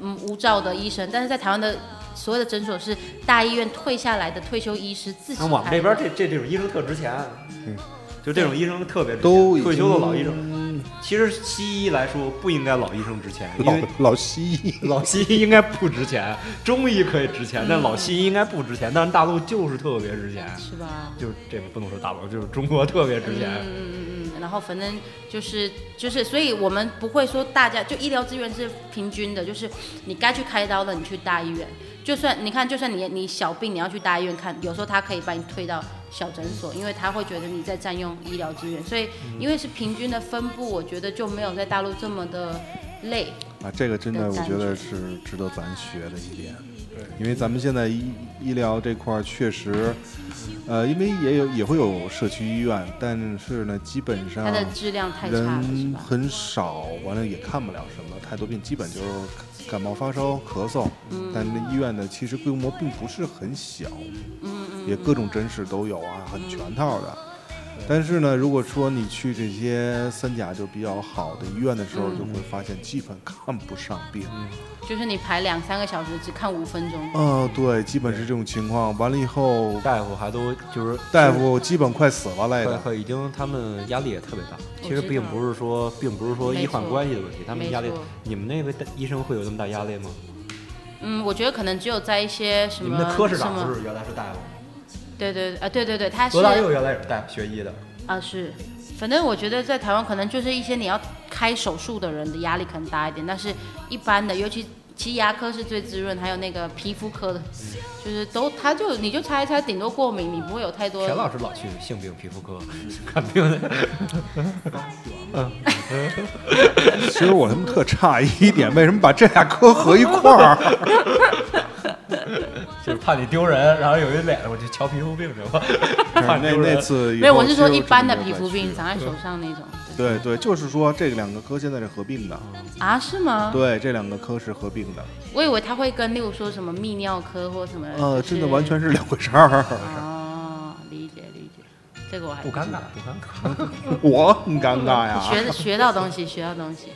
Speaker 2: 嗯无照的医生，但是在台湾的所有的诊所是大医院退下来的退休医师自己
Speaker 1: 那我们
Speaker 2: 开
Speaker 1: 这边
Speaker 2: 的
Speaker 1: 这这这种医生特值钱，啊
Speaker 3: 嗯
Speaker 1: 就这种医生特别值钱
Speaker 3: 都已
Speaker 1: 退休的
Speaker 3: 经
Speaker 1: 老医生。其实西医来说不应该老医生值钱，因
Speaker 3: 老
Speaker 1: 为
Speaker 3: 老西医，
Speaker 1: 老西医应该不值钱，中医可以值钱，但老西医应该不值钱。但是大陆就是特别值钱，
Speaker 2: 是吧？
Speaker 1: 就是这个不能说大陆，就是中国特别值钱。
Speaker 2: 嗯嗯嗯，然后反正就是就是，所以我们不会说大家就医疗资源是平均的，就是你该去开刀的，你去大医院。就算你看，就算你你小病你要去大医院看，有时候他可以把你推到小诊所，因为他会觉得你在占用医疗资源。所以
Speaker 1: 嗯
Speaker 2: 因为是平均的分布，我觉得就没有在大陆这么的累。
Speaker 3: 啊，这个真的
Speaker 2: 的
Speaker 3: 我
Speaker 2: 感
Speaker 3: 觉得
Speaker 2: 觉
Speaker 3: 是值得咱学的一点，因为咱们现在医医疗这块儿确实，呃，因为也有也会有社区医院，但是呢，基本上
Speaker 2: 它的质量太差了，是
Speaker 3: 人
Speaker 2: 吧？
Speaker 3: 很少，完了也看不了什么太多病，基本就是感冒发烧、咳嗽。
Speaker 2: 嗯
Speaker 3: 但那医院呢，其实规模并不是很小，
Speaker 2: 嗯
Speaker 3: 也各种诊室都有啊，很全套的。但是呢，如果说你去这些三甲就比较好的医院的时
Speaker 2: 嗯
Speaker 3: 候，就会发现基本看不上病。
Speaker 2: 就是你排两三个小时，只看五分钟。
Speaker 3: 嗯、对，基本是这种情况。完了以后，
Speaker 1: 大夫还都就是
Speaker 3: 大夫基本快死了来
Speaker 1: 快
Speaker 3: 着。
Speaker 1: 快已经他们压力也特别大。
Speaker 2: 我
Speaker 1: 其实
Speaker 2: 知
Speaker 1: 并
Speaker 2: 道
Speaker 1: 不是说，并不是说
Speaker 2: 没
Speaker 1: 医患
Speaker 2: 错
Speaker 1: 关系的问题，他们
Speaker 2: 没
Speaker 1: 压力
Speaker 2: 错。
Speaker 1: 你们那位大医生会有那么大压力吗？
Speaker 2: 嗯，我觉得可能只有在一些什
Speaker 1: 你
Speaker 2: 么
Speaker 1: 们的科室
Speaker 2: 什
Speaker 1: 长不
Speaker 2: 么，
Speaker 1: 是原来是大夫吗？
Speaker 2: 对对啊，对对对，他是
Speaker 1: 罗大佑原来也是大夫学医的。
Speaker 2: 啊，是，反正我觉得在台湾可能就是一些你要开手术的人的压力可能大一点，但是一般的，尤其其实牙科是最滋润，还有那个皮肤科的，就是都他就你就猜一猜，顶多过敏，你不会有太多
Speaker 1: 田。老师老去性病皮肤科看病的，
Speaker 3: 其实我他妈特诧异一点，为什么把这俩科合一块儿？
Speaker 1: 就是怕你丢人，然后有一脸我去瞧皮肤病去吧，怕
Speaker 3: 那
Speaker 1: 你丢人
Speaker 3: <laughs> 那。次以
Speaker 2: 没有，
Speaker 3: 后
Speaker 2: 我是说
Speaker 3: 其实
Speaker 2: 一般的
Speaker 3: 真
Speaker 2: 皮
Speaker 3: 没有
Speaker 2: 肤
Speaker 3: 再去
Speaker 2: 病，长在手上那种。对
Speaker 3: 对对，就是说这两个科现在是合并的，
Speaker 2: 啊，是吗？
Speaker 3: 对，这两个科是合并的，
Speaker 2: 我以为他会跟，例如说什么泌尿科或什么，
Speaker 3: 呃，
Speaker 2: 嗯就是
Speaker 3: 真的完全是两回事儿。
Speaker 2: 哦，理解理解，这个我还
Speaker 1: 不尴尬，不尴尬，
Speaker 3: <laughs> 我很尴尬呀，
Speaker 2: 嗯学学到东西，学到东西。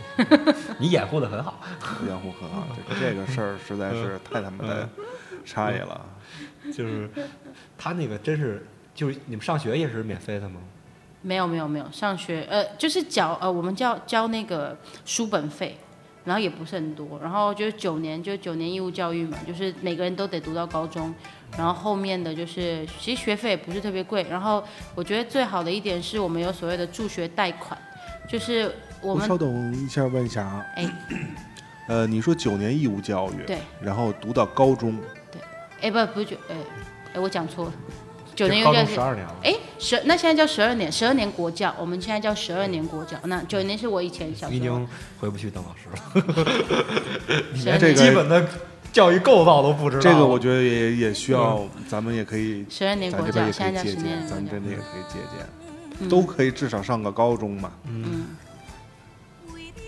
Speaker 1: 你掩护的很
Speaker 3: <laughs>
Speaker 1: 好。
Speaker 3: 杨虎很好，这个这个事儿实在是太他妈的差异了。
Speaker 1: 就是他那个真是，就是你们上学也是免费的吗？
Speaker 2: 没有没有没有，上学呃就是缴呃我们叫交那个书本费，然后也不是很多，然后就是九年就是九年义务教育嘛，就是每个人都得读到高中，然后后面的就是其实学费也不是特别贵，然后我觉得最好的一点是我们有所谓的助学贷款，就是我
Speaker 3: 我
Speaker 2: 们
Speaker 3: 稍等一下，问一下啊，
Speaker 2: 哎
Speaker 3: 呃，你说九年义务教育，
Speaker 2: 对，
Speaker 3: 然后读到高中，
Speaker 2: 哎不不就哎哎我讲错了，九年义
Speaker 1: 就
Speaker 2: 务
Speaker 1: 高
Speaker 2: 教
Speaker 1: 中
Speaker 2: 育
Speaker 1: 十二年了，
Speaker 2: 哎，十那现在叫十二年，十二年国教，我们现在叫十二年国教。那九年是我以前小
Speaker 1: 你已
Speaker 2: 时候
Speaker 1: 经回不去当老师了，
Speaker 2: 十
Speaker 3: 连
Speaker 2: 二
Speaker 3: 这
Speaker 2: 年
Speaker 3: 个
Speaker 1: 基本的教育构造都不知道。
Speaker 3: 这个我觉得也也需要，咱们也可以，
Speaker 2: 十二年
Speaker 3: 咱
Speaker 2: 国
Speaker 3: 这边
Speaker 2: 教，
Speaker 3: 也
Speaker 2: 现
Speaker 3: 可以
Speaker 2: 在叫
Speaker 3: 借
Speaker 2: 十年
Speaker 3: 鉴，
Speaker 2: 国
Speaker 3: 咱们
Speaker 2: 教
Speaker 3: 这。边也可以借鉴，都可以至少上个高中嘛。
Speaker 2: 嗯，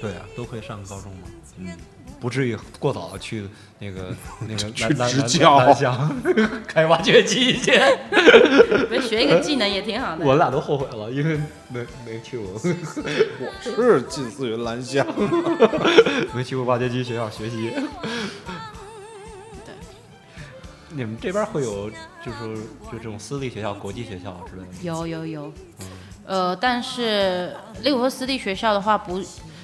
Speaker 1: 对啊，都可以上高中嘛，
Speaker 3: 嗯，
Speaker 1: 不至于过早地去那个那个
Speaker 3: <laughs> 去
Speaker 1: 蓝蓝
Speaker 3: 支
Speaker 1: 蓝
Speaker 3: 教
Speaker 1: 蓝翔 <laughs> 开挖掘机去。
Speaker 2: 不是学一个技能也挺好的。
Speaker 1: 我俩都后悔了，因为没没去过 <laughs>
Speaker 3: 我是近似于
Speaker 2: <laughs>
Speaker 3: 蓝翔，
Speaker 1: 没去过挖掘机学校学习。
Speaker 2: 对，
Speaker 1: <laughs> 你们这边会有就是说就这种私立学校、国际学校之类的吗？
Speaker 2: 有有有，呃，但是例如说私立学校的话，不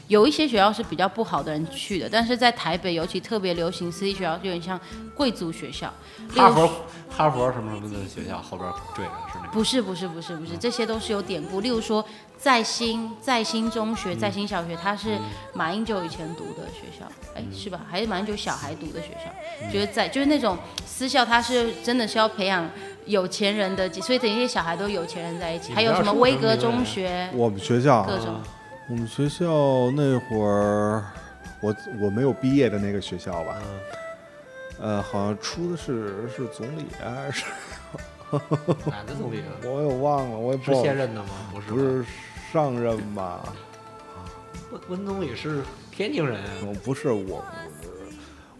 Speaker 2: 有一些学校是比较不好的人去的，但是在台北尤其特别流行私立学校，就有点像贵族学校。例
Speaker 1: 哈
Speaker 2: 如
Speaker 1: 佛哈佛什么什么的学校后边缀着是那个。
Speaker 2: 不是不是不是不是，这些都是有典故。例如说，在新在新中
Speaker 1: 嗯
Speaker 2: 学、在新小学，它是马英九以前读的学校，哎，
Speaker 1: 嗯
Speaker 2: 是吧？还是马英九小孩读的学校？就是在就是那种私校，它是真的是要培养有钱人的，所以等于这些小孩都有钱人在一起。
Speaker 1: 你
Speaker 2: 还有
Speaker 1: 不要
Speaker 2: 什么
Speaker 1: 说
Speaker 2: 威
Speaker 1: 成
Speaker 2: 格
Speaker 1: 名人
Speaker 2: 中学，
Speaker 3: 我们学校啊
Speaker 2: 各种
Speaker 3: 我们学校那会儿，我我没有毕业的那个学校吧，
Speaker 1: 嗯，
Speaker 3: 呃，好像出的是是总理还是 <laughs>
Speaker 1: 哪个总理啊？
Speaker 3: 我也忘了，我也
Speaker 1: 是
Speaker 3: 不好
Speaker 1: 现任的吗？不是吧，
Speaker 3: 哦不是上任吧？
Speaker 1: 温温总理是天津人啊。
Speaker 3: 我不是我，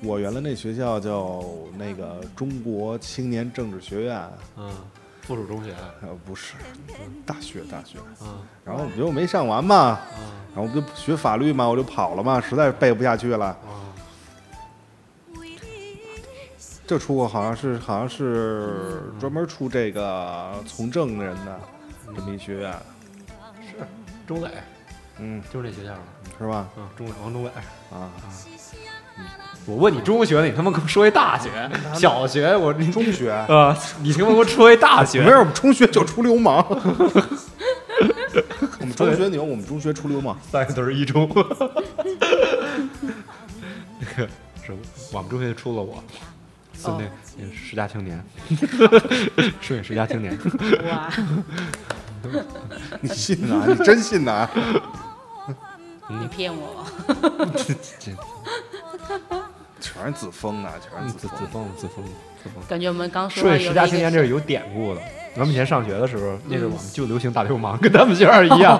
Speaker 3: 我原来那学校叫那个中国青年政治学院，
Speaker 1: 嗯，附属中学。
Speaker 3: 呃，不是大学大学，
Speaker 1: 嗯
Speaker 3: 然后我就没上完嘛，
Speaker 1: 嗯
Speaker 3: 然后我不就学法律嘛，我就跑了嘛，实在是背不下去了。
Speaker 1: 嗯，
Speaker 3: 这出过好像是好像是专门出这个从政的人的这么一学院，
Speaker 1: 是中磊，
Speaker 3: 嗯，
Speaker 1: 就是那学校的。
Speaker 3: 是吧？
Speaker 1: 嗯，中磊，王中磊。
Speaker 3: 啊，
Speaker 1: 嗯我问你中学，你他妈给我说一大学、小学，我你
Speaker 3: 中学
Speaker 1: 啊，你他妈给我说一大学
Speaker 3: <laughs> 没有，我们中学就出流氓。我们中学牛，我们中学出流氓。
Speaker 1: 三个都是一中。 <laughs> 那个什么，我们中学出了我，是那
Speaker 2: 哦
Speaker 1: 那个十佳青年，顺义十佳青年。
Speaker 2: 哇，
Speaker 3: 你信 <laughs> 呐？你真信呐？
Speaker 2: 你骗我！
Speaker 1: 这
Speaker 3: 全是自封啊，全是
Speaker 1: 自
Speaker 3: 自
Speaker 1: 嗯自
Speaker 3: 封。
Speaker 1: 封自封自封。
Speaker 2: 感觉我们刚说
Speaker 1: 顺
Speaker 2: 到
Speaker 1: 义十
Speaker 2: 有
Speaker 1: 佳
Speaker 2: 那
Speaker 1: 青年这
Speaker 2: 个
Speaker 1: 是有典故的。咱们以前上学的时候，那阵儿我们就流行大流氓，跟他们学校一
Speaker 2: <laughs>
Speaker 1: 样，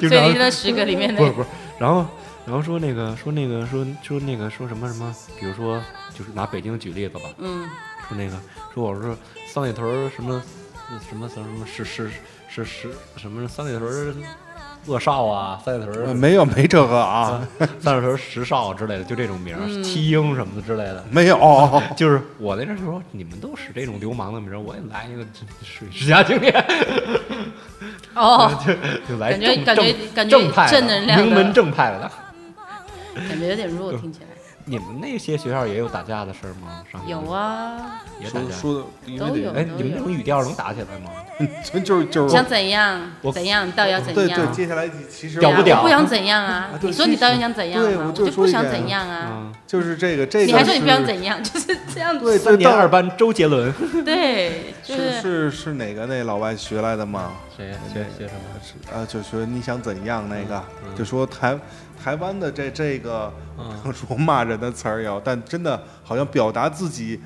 Speaker 1: 经
Speaker 2: 嗯最
Speaker 1: 常
Speaker 2: 近那十个里面
Speaker 1: 不是
Speaker 2: 的
Speaker 1: 不是，然后然后说那个说那个说说那个说什么什么，比如说就是拿北京举例子吧，
Speaker 2: 嗯
Speaker 1: 说那个说我说三里屯儿什么什么什么什么是是是是什么三里屯儿恶少啊，三里屯
Speaker 3: 呃
Speaker 1: 儿
Speaker 3: 没有，没这个啊，
Speaker 1: 三里屯儿十少之类的，就这种名儿，
Speaker 2: 嗯
Speaker 1: 七英什么的之类的。
Speaker 3: 没有。
Speaker 1: 就是我那阵儿说，你们都使这种流氓的名儿，我也来一个水世家经典，
Speaker 2: 哦，
Speaker 1: 就就来
Speaker 2: 感觉
Speaker 1: 正
Speaker 2: 感觉
Speaker 1: 正
Speaker 2: 感觉
Speaker 1: 正派的
Speaker 2: 正能量的
Speaker 1: 名门正派的。
Speaker 2: 感觉有点弱，听起来
Speaker 1: 你们那些学校也有打架的事儿吗？上学
Speaker 2: 有，啊，
Speaker 1: 也打
Speaker 3: 说
Speaker 1: 架。
Speaker 3: 说的，因
Speaker 2: 都
Speaker 3: 为
Speaker 2: 有
Speaker 1: 哎，你们这种语调能打起来吗？
Speaker 3: 得 <laughs> 就是就是
Speaker 2: 想怎样
Speaker 1: 我
Speaker 2: 怎样，到底要怎
Speaker 3: 对
Speaker 2: 样
Speaker 3: 对，？接下来其
Speaker 2: 对
Speaker 3: 实
Speaker 1: 屌
Speaker 2: 啊
Speaker 1: 不屌
Speaker 2: 我不想怎样啊！
Speaker 3: 啊对
Speaker 2: 你说你到底想怎样
Speaker 3: 对
Speaker 2: 嘛？
Speaker 3: 我
Speaker 2: 我
Speaker 3: 就
Speaker 2: 不
Speaker 3: 说一
Speaker 2: 想
Speaker 3: 点
Speaker 2: 怎样啊！
Speaker 1: 嗯，
Speaker 3: 就是这个这个
Speaker 2: 你还说你不想
Speaker 3: 是
Speaker 2: 怎样，就是这样子。
Speaker 3: 对
Speaker 1: 三
Speaker 3: 对，
Speaker 1: 年
Speaker 3: 到
Speaker 1: 二 <laughs> 班周杰伦。
Speaker 2: 对，就是是
Speaker 3: 是是哪个那老外学来的吗？
Speaker 1: 谁 <laughs> 学学什么？
Speaker 3: 是啊，就说你想怎样那个，
Speaker 1: 嗯
Speaker 3: 就说台台湾的这这个，
Speaker 1: 嗯
Speaker 3: <laughs> 我说骂人的词儿有，但真的好像表达自己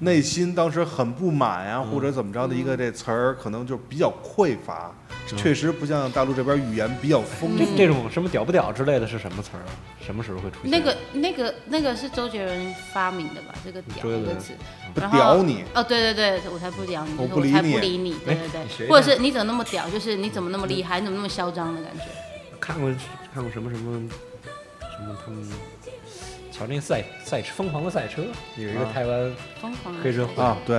Speaker 3: 内心当时很不满呀、或
Speaker 1: 嗯
Speaker 3: 者怎么着的一个这词儿，可能就比较匮乏，确实不像大陆这边语言比较丰富
Speaker 1: 这。嗯这种什么屌不屌之类的是什么词儿啊？什么时候会出现？
Speaker 2: 那个、那个、那个是周杰伦发明的吧？这个“屌”
Speaker 1: 周杰
Speaker 2: 这
Speaker 1: 伦
Speaker 2: 个词，
Speaker 3: 不
Speaker 2: 然后
Speaker 3: 屌你
Speaker 2: 哦，对对对，我才不屌你，
Speaker 3: 我
Speaker 2: 就是
Speaker 3: 不理
Speaker 2: 才
Speaker 3: 你
Speaker 2: 不理你，对对
Speaker 1: 你学
Speaker 2: 对，
Speaker 1: 一
Speaker 2: 或者
Speaker 1: 下
Speaker 2: 是你怎么那么屌，就是你怎么那么厉害，你怎么那么嚣张的感觉？
Speaker 1: 看过看过什么什么什么他们瞧那赛赛车疯狂的赛车，有一个
Speaker 3: 啊
Speaker 1: 台湾，
Speaker 2: 疯狂的
Speaker 1: 黑社会
Speaker 3: 啊，对，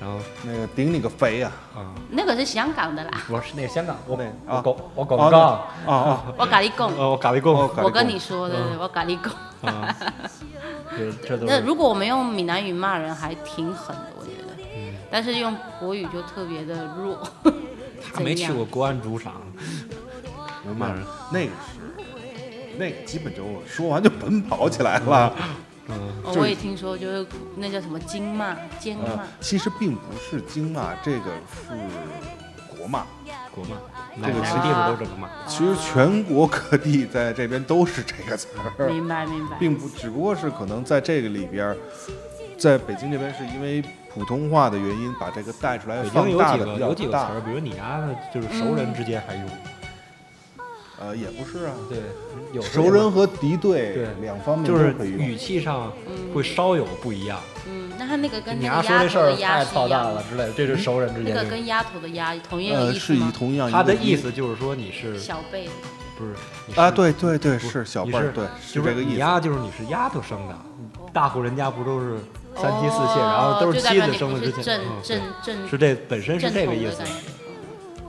Speaker 1: 然后
Speaker 3: 那个顶你个肺呀、
Speaker 1: 啊，
Speaker 2: 那个是香港的啦，
Speaker 1: 我是那个香港，我
Speaker 3: 那
Speaker 1: 我
Speaker 3: 啊
Speaker 1: 搞我搞
Speaker 3: 啊
Speaker 1: 不杠，
Speaker 3: 啊
Speaker 1: <laughs>
Speaker 3: 啊！
Speaker 2: 我咖喱贡，
Speaker 1: 呃，我咖喱贡
Speaker 3: 哦，咖喱
Speaker 2: 我跟
Speaker 3: 贡
Speaker 2: 你说的，
Speaker 1: 嗯
Speaker 2: 我咖喱贡。
Speaker 1: 啊，这这都
Speaker 2: 那
Speaker 1: 是
Speaker 2: 如果我们用闽南语骂人还挺狠的，我觉得，
Speaker 1: 嗯
Speaker 2: 但是用国语就特别的弱。
Speaker 1: 他没
Speaker 2: <laughs> 怎
Speaker 1: 去
Speaker 2: 样
Speaker 1: 过国安主场，
Speaker 3: 明白，那个是，那个基本就说完就奔跑起来了。
Speaker 1: 嗯，
Speaker 2: 哦
Speaker 3: 就是
Speaker 2: 我也听说，就是那叫什么金骂、尖
Speaker 3: 嗯
Speaker 2: 骂，，
Speaker 3: 其实并不是京骂，这个是国骂。
Speaker 1: 国骂，
Speaker 3: 这个
Speaker 1: 哪
Speaker 3: 是
Speaker 1: 个地方都这么骂，
Speaker 3: 其实全国各地在这边都是这个词
Speaker 1: 嗯
Speaker 3: 儿，
Speaker 2: 明白明白。
Speaker 3: 并不只不过是可能在这个里边儿，在北京这边是因为普通话的原因，把这个带出来
Speaker 1: 北
Speaker 3: 放
Speaker 1: 京有
Speaker 3: 大
Speaker 1: 几
Speaker 3: 的
Speaker 1: 个
Speaker 3: 比
Speaker 1: 有几
Speaker 3: 较
Speaker 1: 个词
Speaker 3: 大嗯
Speaker 1: 儿，。比如你丫的，就是熟人之间还用，
Speaker 3: 呃，也不是啊，
Speaker 1: 对，有时候
Speaker 3: 熟人和敌对
Speaker 1: 对
Speaker 3: 两方面
Speaker 1: 就
Speaker 3: 都
Speaker 1: 是
Speaker 3: 可以用
Speaker 1: 语。气上会稍有不一样。
Speaker 2: 嗯，那他那个嗯跟
Speaker 1: 你
Speaker 2: 那
Speaker 1: 丫说
Speaker 2: 个
Speaker 1: 这
Speaker 2: 丫
Speaker 1: 事
Speaker 2: 头
Speaker 1: 儿
Speaker 2: 的丫
Speaker 1: 太
Speaker 2: 是
Speaker 1: 操
Speaker 2: 一
Speaker 1: 蛋
Speaker 2: 样的
Speaker 1: 了，之类的，这是熟人之
Speaker 2: 那
Speaker 1: 间
Speaker 2: 个
Speaker 1: 就。
Speaker 2: 跟丫头的丫同样的
Speaker 3: 呃，
Speaker 2: 意思
Speaker 3: 是以
Speaker 2: 吗？
Speaker 3: 同样一个
Speaker 1: 他的意思就是说你是
Speaker 2: 小辈，
Speaker 1: 不是你是
Speaker 3: 啊，对对对，
Speaker 1: 不
Speaker 3: 是小
Speaker 1: 你
Speaker 3: 辈儿，
Speaker 1: 是
Speaker 3: 对，
Speaker 1: 就是
Speaker 3: 这个
Speaker 1: 你
Speaker 3: 意思。
Speaker 1: 丫就是你是丫头生的，大户人家不都是三妻四妾，
Speaker 2: 哦
Speaker 1: 然后都是
Speaker 2: 就代
Speaker 1: 妻
Speaker 2: 表
Speaker 1: 子
Speaker 2: 你
Speaker 1: 生
Speaker 2: 不
Speaker 1: 的
Speaker 2: 是
Speaker 1: 之前
Speaker 2: 正，
Speaker 1: 嗯对
Speaker 2: 正正
Speaker 1: 是这本身是
Speaker 2: 正
Speaker 1: 这个
Speaker 2: 统
Speaker 1: 意
Speaker 2: 的
Speaker 1: 思
Speaker 2: 感。觉。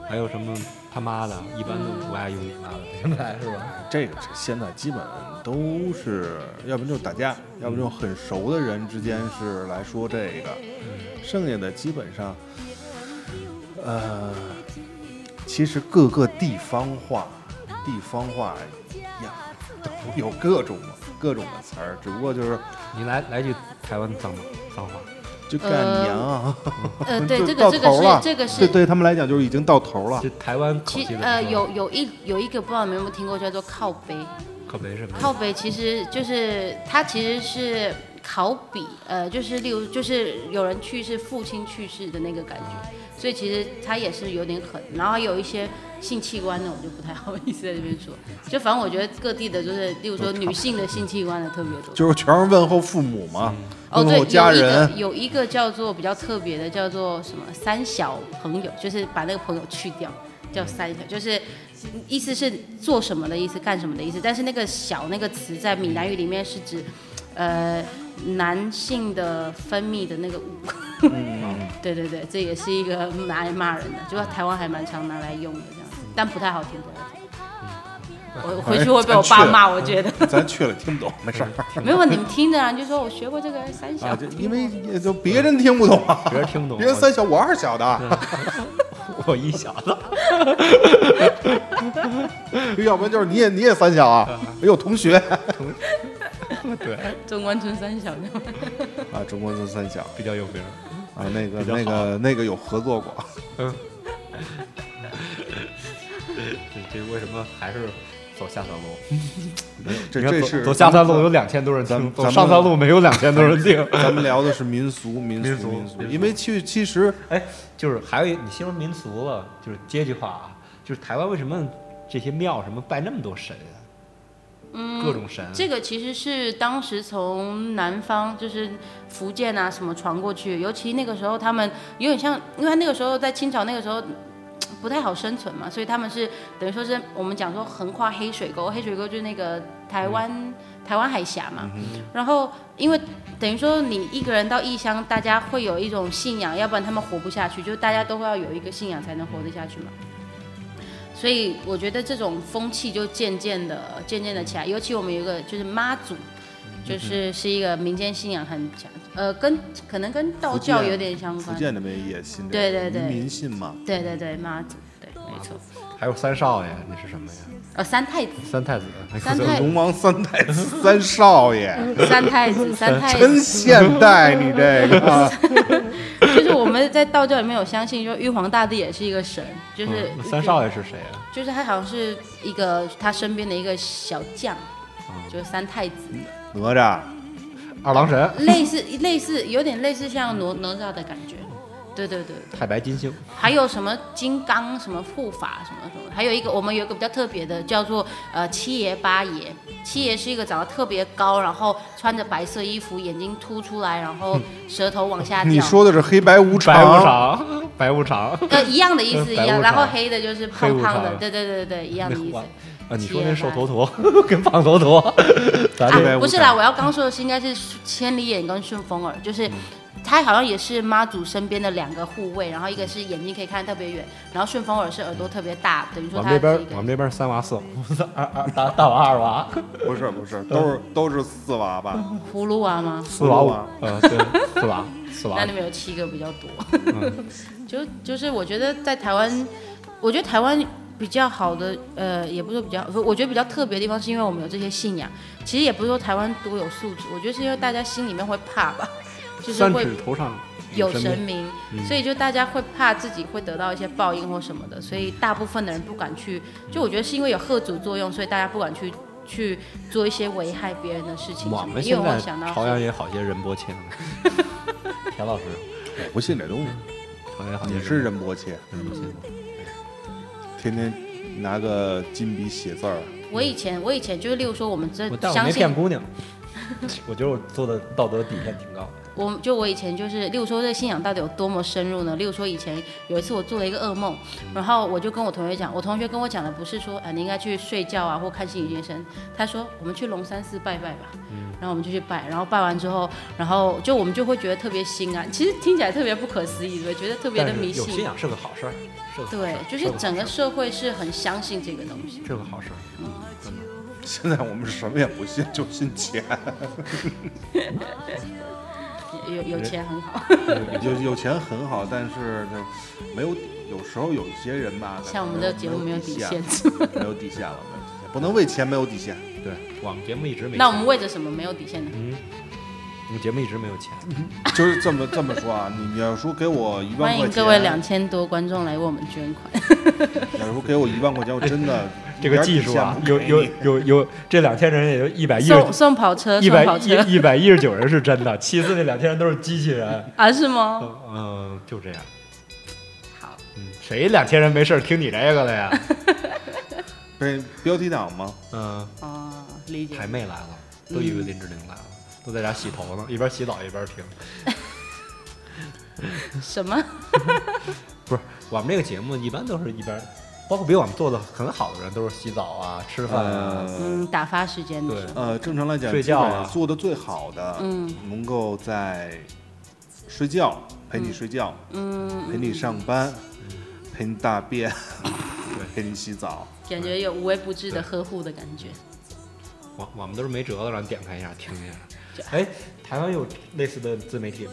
Speaker 1: 还有什么他妈的，一般都不爱用你妈的，现在是吧？
Speaker 3: 这个是现在基本都是，要不然就打架，要不然就很熟的人之间是来说这个，剩下的基本上，呃，其实各个地方话，地方话呀，都有各种各种的词儿，只不过就是
Speaker 1: 你来来句台湾脏话脏话，
Speaker 3: 就干
Speaker 2: 呃
Speaker 3: 娘啊，
Speaker 2: 呃，
Speaker 3: <laughs> 就
Speaker 2: 对，这
Speaker 3: 到
Speaker 2: 个这
Speaker 3: 头
Speaker 2: 个
Speaker 3: 了
Speaker 2: 是这个是
Speaker 3: 这对他们来讲就是已经到头了
Speaker 1: 就。台湾口
Speaker 2: 其
Speaker 1: 气的。
Speaker 2: 呃有有一有一个不知道你们有没有听过叫做靠背，
Speaker 1: 可没什么
Speaker 2: 靠背其实就是它其实是考比呃就是例如就是有人去世父亲去世的那个感觉，所以其实它也是有点狠，然后有一些性器官的我就不太好意思在这边说，就反正我觉得各地的就是例如说女性的性器官的特别多。
Speaker 3: 就是全是问候父母嘛，
Speaker 2: 哦，
Speaker 3: 问
Speaker 2: 对，
Speaker 3: 候家
Speaker 2: 有一个，
Speaker 3: 人
Speaker 2: 有一个叫做比较特别的，叫做什么三小朋友，就是把那个朋友去掉，叫三小，就是意思是做什么的意思，干什么的意思。但是那个小那个词在闽南语里面是指，呃，男性的分泌的那
Speaker 3: <laughs>
Speaker 2: 个物。对对对，这也是一个拿来骂人的，就是台湾还蛮常拿来用的这样子，但不太好听，不太好听。我回去会被我爸骂，我觉得
Speaker 3: 咱去了听不懂，没事儿。
Speaker 2: 没有你们听着啊，你就说我学过这个三小
Speaker 3: 啊，，就因为也就别人听不懂啊，
Speaker 1: 别人听不懂
Speaker 3: 别人三小我二小的，
Speaker 1: 我一小子，嗯
Speaker 3: <laughs> 要不然就是你也你也三小啊，哎呦同学
Speaker 1: 对，
Speaker 2: 中关村三小这样。
Speaker 3: 啊，中国字三小
Speaker 1: 比较有名。
Speaker 3: 啊，那个
Speaker 1: 比较好
Speaker 3: 那个那个有合作过，
Speaker 1: 嗯，这这为什么还是走下三路？
Speaker 3: 没有这
Speaker 1: 你看
Speaker 3: 嗯这
Speaker 1: 走
Speaker 3: 是
Speaker 1: 走下三路有两千多人
Speaker 3: 咱
Speaker 1: 听，
Speaker 3: 们
Speaker 1: 走
Speaker 3: 咱
Speaker 1: 上
Speaker 3: 们
Speaker 1: 三路没有两千多人听。
Speaker 3: 咱们聊的是民俗民
Speaker 1: 民
Speaker 3: 俗
Speaker 1: 俗
Speaker 3: 民俗，
Speaker 1: 民俗
Speaker 3: 因为去其实
Speaker 1: 哎， <laughs> 就是还有一，你形容民俗了，就是阶级化啊，就是台湾为什么这些庙什么拜那么多神啊？嗯，各种神。
Speaker 2: <laughs> 这个其实是当时从南方，就是福建啊什么传过去，尤其那个时候他们有点像，因为那个时候在清朝那个时候。嘖不太好生存嘛，所以他们是等于说是我们讲说横跨黑水沟，黑水沟就是那个台湾、台湾海峡嘛。然后因为等于说你一个人到异乡，大家会有一种信仰，要不然他们活不下去，就是大家都会要有一个信仰才能活得下去嘛。所以我觉得这种风气就渐渐的、渐渐的起来。尤其我们有一个就是妈祖，就是是一个民间信仰很强，呃，跟可能跟道教
Speaker 3: 福建
Speaker 2: 有点相
Speaker 3: 福
Speaker 2: 关。
Speaker 3: 建那边也信这
Speaker 2: 对
Speaker 3: 个
Speaker 2: 对对
Speaker 3: 民信嘛，
Speaker 2: 对对对，妈祖，对，没错。
Speaker 1: 还有三少爷，那是什么呀？
Speaker 2: 呃，三太 <laughs> 子，
Speaker 1: 三太子。
Speaker 2: 三
Speaker 1: 子
Speaker 2: 太
Speaker 3: 龙王三太子三少爷，
Speaker 2: 三太子，三太
Speaker 3: 真
Speaker 2: 子，
Speaker 3: 现
Speaker 2: <laughs>
Speaker 3: 代你这个啊，
Speaker 2: 就是我们在道教里面有相信，说玉皇大帝也是一个神，就是
Speaker 1: 嗯三少爷是谁啊？
Speaker 2: 就是他好像是一个他身边的一个小将，就是三太子。
Speaker 3: 哪吒
Speaker 1: 二郎神、
Speaker 2: 类似类似有点类似像哪哪吒的感觉，对对对。
Speaker 1: 太白金星，
Speaker 2: 还有什么金刚什么护法什么什么，还有一个我们有一个比较特别的叫做呃七爷八爷，七爷是一个长得特别高，然后穿着白色衣服，眼睛凸出来，然后舌头往下掉。
Speaker 3: 你说的是黑白无常，
Speaker 1: 白无常，白无常。
Speaker 2: 呃一样的意思一
Speaker 1: 白无
Speaker 2: 样，
Speaker 1: 常
Speaker 2: 然后黑的就是
Speaker 1: 黑
Speaker 2: 胖
Speaker 1: 无
Speaker 2: 胖的，
Speaker 1: 常
Speaker 2: 对对对对对，一样的意思。
Speaker 1: 啊，你说那瘦头陀跟胖头
Speaker 2: <laughs>
Speaker 1: 陀，咱
Speaker 3: 黑白
Speaker 1: 这
Speaker 2: 啊
Speaker 3: 无常
Speaker 2: 不是啦，我要刚说的是应该是千里眼跟顺风耳，就是他好像也是妈祖身边的两个护卫，然后一个是眼睛可以看得特别远，然后顺风耳是耳朵特别大，等于说
Speaker 1: 我
Speaker 2: 他
Speaker 1: 们这
Speaker 2: 是一
Speaker 1: 边
Speaker 2: 个
Speaker 1: 我们这边三娃
Speaker 2: <laughs>
Speaker 1: 四娃，二二大大娃二娃，
Speaker 3: 不是不是，都是都是四娃吧？
Speaker 2: 葫芦娃啊吗？
Speaker 1: 四娃五，呃，对，四
Speaker 2: <laughs>
Speaker 1: 娃四
Speaker 2: 那
Speaker 1: 娃
Speaker 2: 里，面有七个比较多。 <laughs> 就就是我觉得在台湾，我觉得台湾比较好的，呃，也不是说比较，不我觉得比较特别的地方是因为我们有这些信仰。其实也不是说台湾多有素质，我觉得是因为大家心里面会怕吧，就是
Speaker 1: 三
Speaker 2: 会
Speaker 1: 指头上
Speaker 2: 有
Speaker 1: 神
Speaker 2: 神
Speaker 1: 明，
Speaker 2: 明，所以就大家会怕自己会得到一些报应或什么的，所以大部分的人不敢去。就我觉得是因为有贺主作用，所以大家不敢去。去做一些危害别人的事情什
Speaker 1: 我
Speaker 2: 么的，
Speaker 1: 们
Speaker 2: 因
Speaker 1: 现
Speaker 2: 为我
Speaker 1: 在
Speaker 2: 想到
Speaker 1: 朝阳也好些仁波切
Speaker 2: <laughs>
Speaker 1: 呢，田老师，
Speaker 3: 我不信这东西。
Speaker 1: 朝阳也好些
Speaker 3: 你啊是嗯仁波切，
Speaker 1: 仁波切吗？
Speaker 3: 天天拿个金笔写字儿，
Speaker 2: 我以前我以前就是，例如说我们这
Speaker 1: 我但我
Speaker 2: 相
Speaker 1: 没
Speaker 2: 信
Speaker 1: 骗姑娘，我觉得我做的道德底线挺高。
Speaker 2: 我就我以前就是，例如说这信仰到底有多么深入呢？例如说以前有一次我做了一个噩梦，然后我就跟我同学讲，我同学跟我讲的不是说，啊你应该去睡觉啊或看心理医生，他说我们去龙山寺拜拜吧，
Speaker 1: 嗯
Speaker 2: 然后我们就去拜，然后拜完之后，然后就我们就会觉得特别心安，其实听起来特别不可思议，对不对？觉得特别
Speaker 1: 但
Speaker 2: 的
Speaker 1: 是
Speaker 2: 迷
Speaker 1: 有信
Speaker 2: 信，
Speaker 1: 仰是个好事儿，是个好事
Speaker 2: 对
Speaker 1: 儿，
Speaker 2: 就是整个社会是很相信这个东西。
Speaker 1: 是个好事儿。
Speaker 3: 现在我们什么也不信，就信钱。
Speaker 2: 有有钱很好，
Speaker 3: 有有钱很好，但是就没有底，有时候有一些人吧，
Speaker 2: 像我们的节目没有底线
Speaker 3: 线，， <laughs> 没有底线了，没有底线，不能为钱没有底线。
Speaker 1: 对，我们节目一直没钱。嗯
Speaker 2: 那我们为着什么没有底线呢？
Speaker 1: 我们节目一直没有钱，
Speaker 3: 就是这么这么说啊，你你要说给我一万
Speaker 2: 欢
Speaker 3: 块
Speaker 2: 迎
Speaker 3: 钱，
Speaker 2: 各
Speaker 1: 啊
Speaker 2: 位两千多观众来为我们捐款。
Speaker 3: 你要说给我一万块钱，我真的
Speaker 1: <laughs> 这个技术啊
Speaker 3: 一，点
Speaker 1: 有
Speaker 3: 底线不
Speaker 1: 有
Speaker 3: 给你
Speaker 1: 有有，这两千人也就一哎
Speaker 2: <laughs>
Speaker 1: 百一十
Speaker 2: 送送跑车，
Speaker 1: 一
Speaker 2: 送
Speaker 1: 百
Speaker 2: 跑车
Speaker 1: 一一百一十九人是真的，其次那两千人都是机器人。
Speaker 2: 啊？是吗？
Speaker 1: 嗯、呃就这样。
Speaker 2: 好，
Speaker 1: 嗯，谁两千人没事儿听你这个了
Speaker 2: <laughs>
Speaker 1: 呀？
Speaker 3: 被标题党吗？
Speaker 1: 嗯、
Speaker 2: 哦，理解
Speaker 1: 台。妹来了，都以为林志玲来了，都在家洗头呢，一边洗澡一边听。
Speaker 2: 什么？
Speaker 1: 不是，我们这个节目一般都是一边，包括比我们做的很好的人，都是洗澡啊、吃饭啊。
Speaker 2: 嗯，打发时间的
Speaker 1: 对
Speaker 2: 时候。
Speaker 3: 呃，正常来讲，
Speaker 1: 睡觉啊
Speaker 3: 基本上做的最好的，
Speaker 2: 嗯，
Speaker 3: 能够在睡觉陪你睡觉，
Speaker 2: 嗯，
Speaker 3: 陪你上班，
Speaker 1: 嗯
Speaker 3: 陪你
Speaker 1: <laughs>
Speaker 3: 大便，陪你洗澡。
Speaker 2: 感觉有无微不至的呵护的感觉。
Speaker 1: 我我们都是没辙了，让你点开一下听一下。哎，台湾有类似的自媒体吗？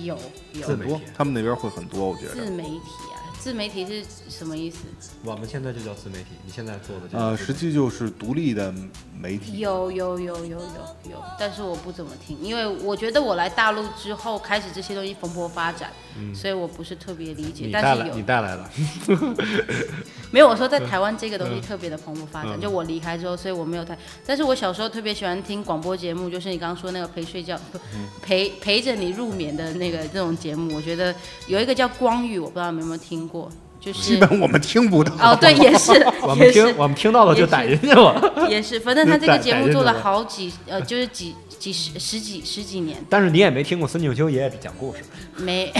Speaker 2: 有
Speaker 1: 自媒
Speaker 2: 有
Speaker 3: 很多
Speaker 1: 体，
Speaker 3: 他们那边会很多，我觉
Speaker 2: 自
Speaker 3: 得。
Speaker 2: 媒体啊，自媒体是什么意思？
Speaker 1: 我们现在就叫自媒体，你现在做的就
Speaker 3: 呃，
Speaker 1: 叫自
Speaker 3: 实
Speaker 1: 媒体
Speaker 3: 际就是独立的媒体，
Speaker 2: 有有有有有有，但是我不怎么听，因为我觉得我来大陆之后开始这些东西蓬勃发展，所以我不是特别理解。
Speaker 1: 你带
Speaker 2: 但是
Speaker 1: 来
Speaker 2: 有
Speaker 1: 你带来
Speaker 2: <laughs>
Speaker 1: 的，
Speaker 2: 没有，我说在台湾这个东西特别的蓬勃发展，
Speaker 1: 嗯
Speaker 2: 就我离开之后，所以我没有太。但是我小时候特别喜欢听广播节目，就是你刚刚说那个陪睡觉、不
Speaker 1: 嗯
Speaker 2: 陪陪着你入眠的那个这种节目，我觉得有一个叫光宇，我不知道你们有没有听过，就是
Speaker 3: 基本我们听不到。
Speaker 2: 哦，对，也是，
Speaker 1: <laughs> 我们
Speaker 2: 也是
Speaker 1: 听我们听到了就逮进去了。
Speaker 2: 也是，反正他这个节目
Speaker 1: 逮逮着
Speaker 2: 做了
Speaker 1: 了
Speaker 2: 好几呃，
Speaker 1: 嗯
Speaker 2: 就是几几十十几十几年
Speaker 1: <laughs> 但是你也没听过孙敬修爷爷讲故事，
Speaker 2: <laughs> 没。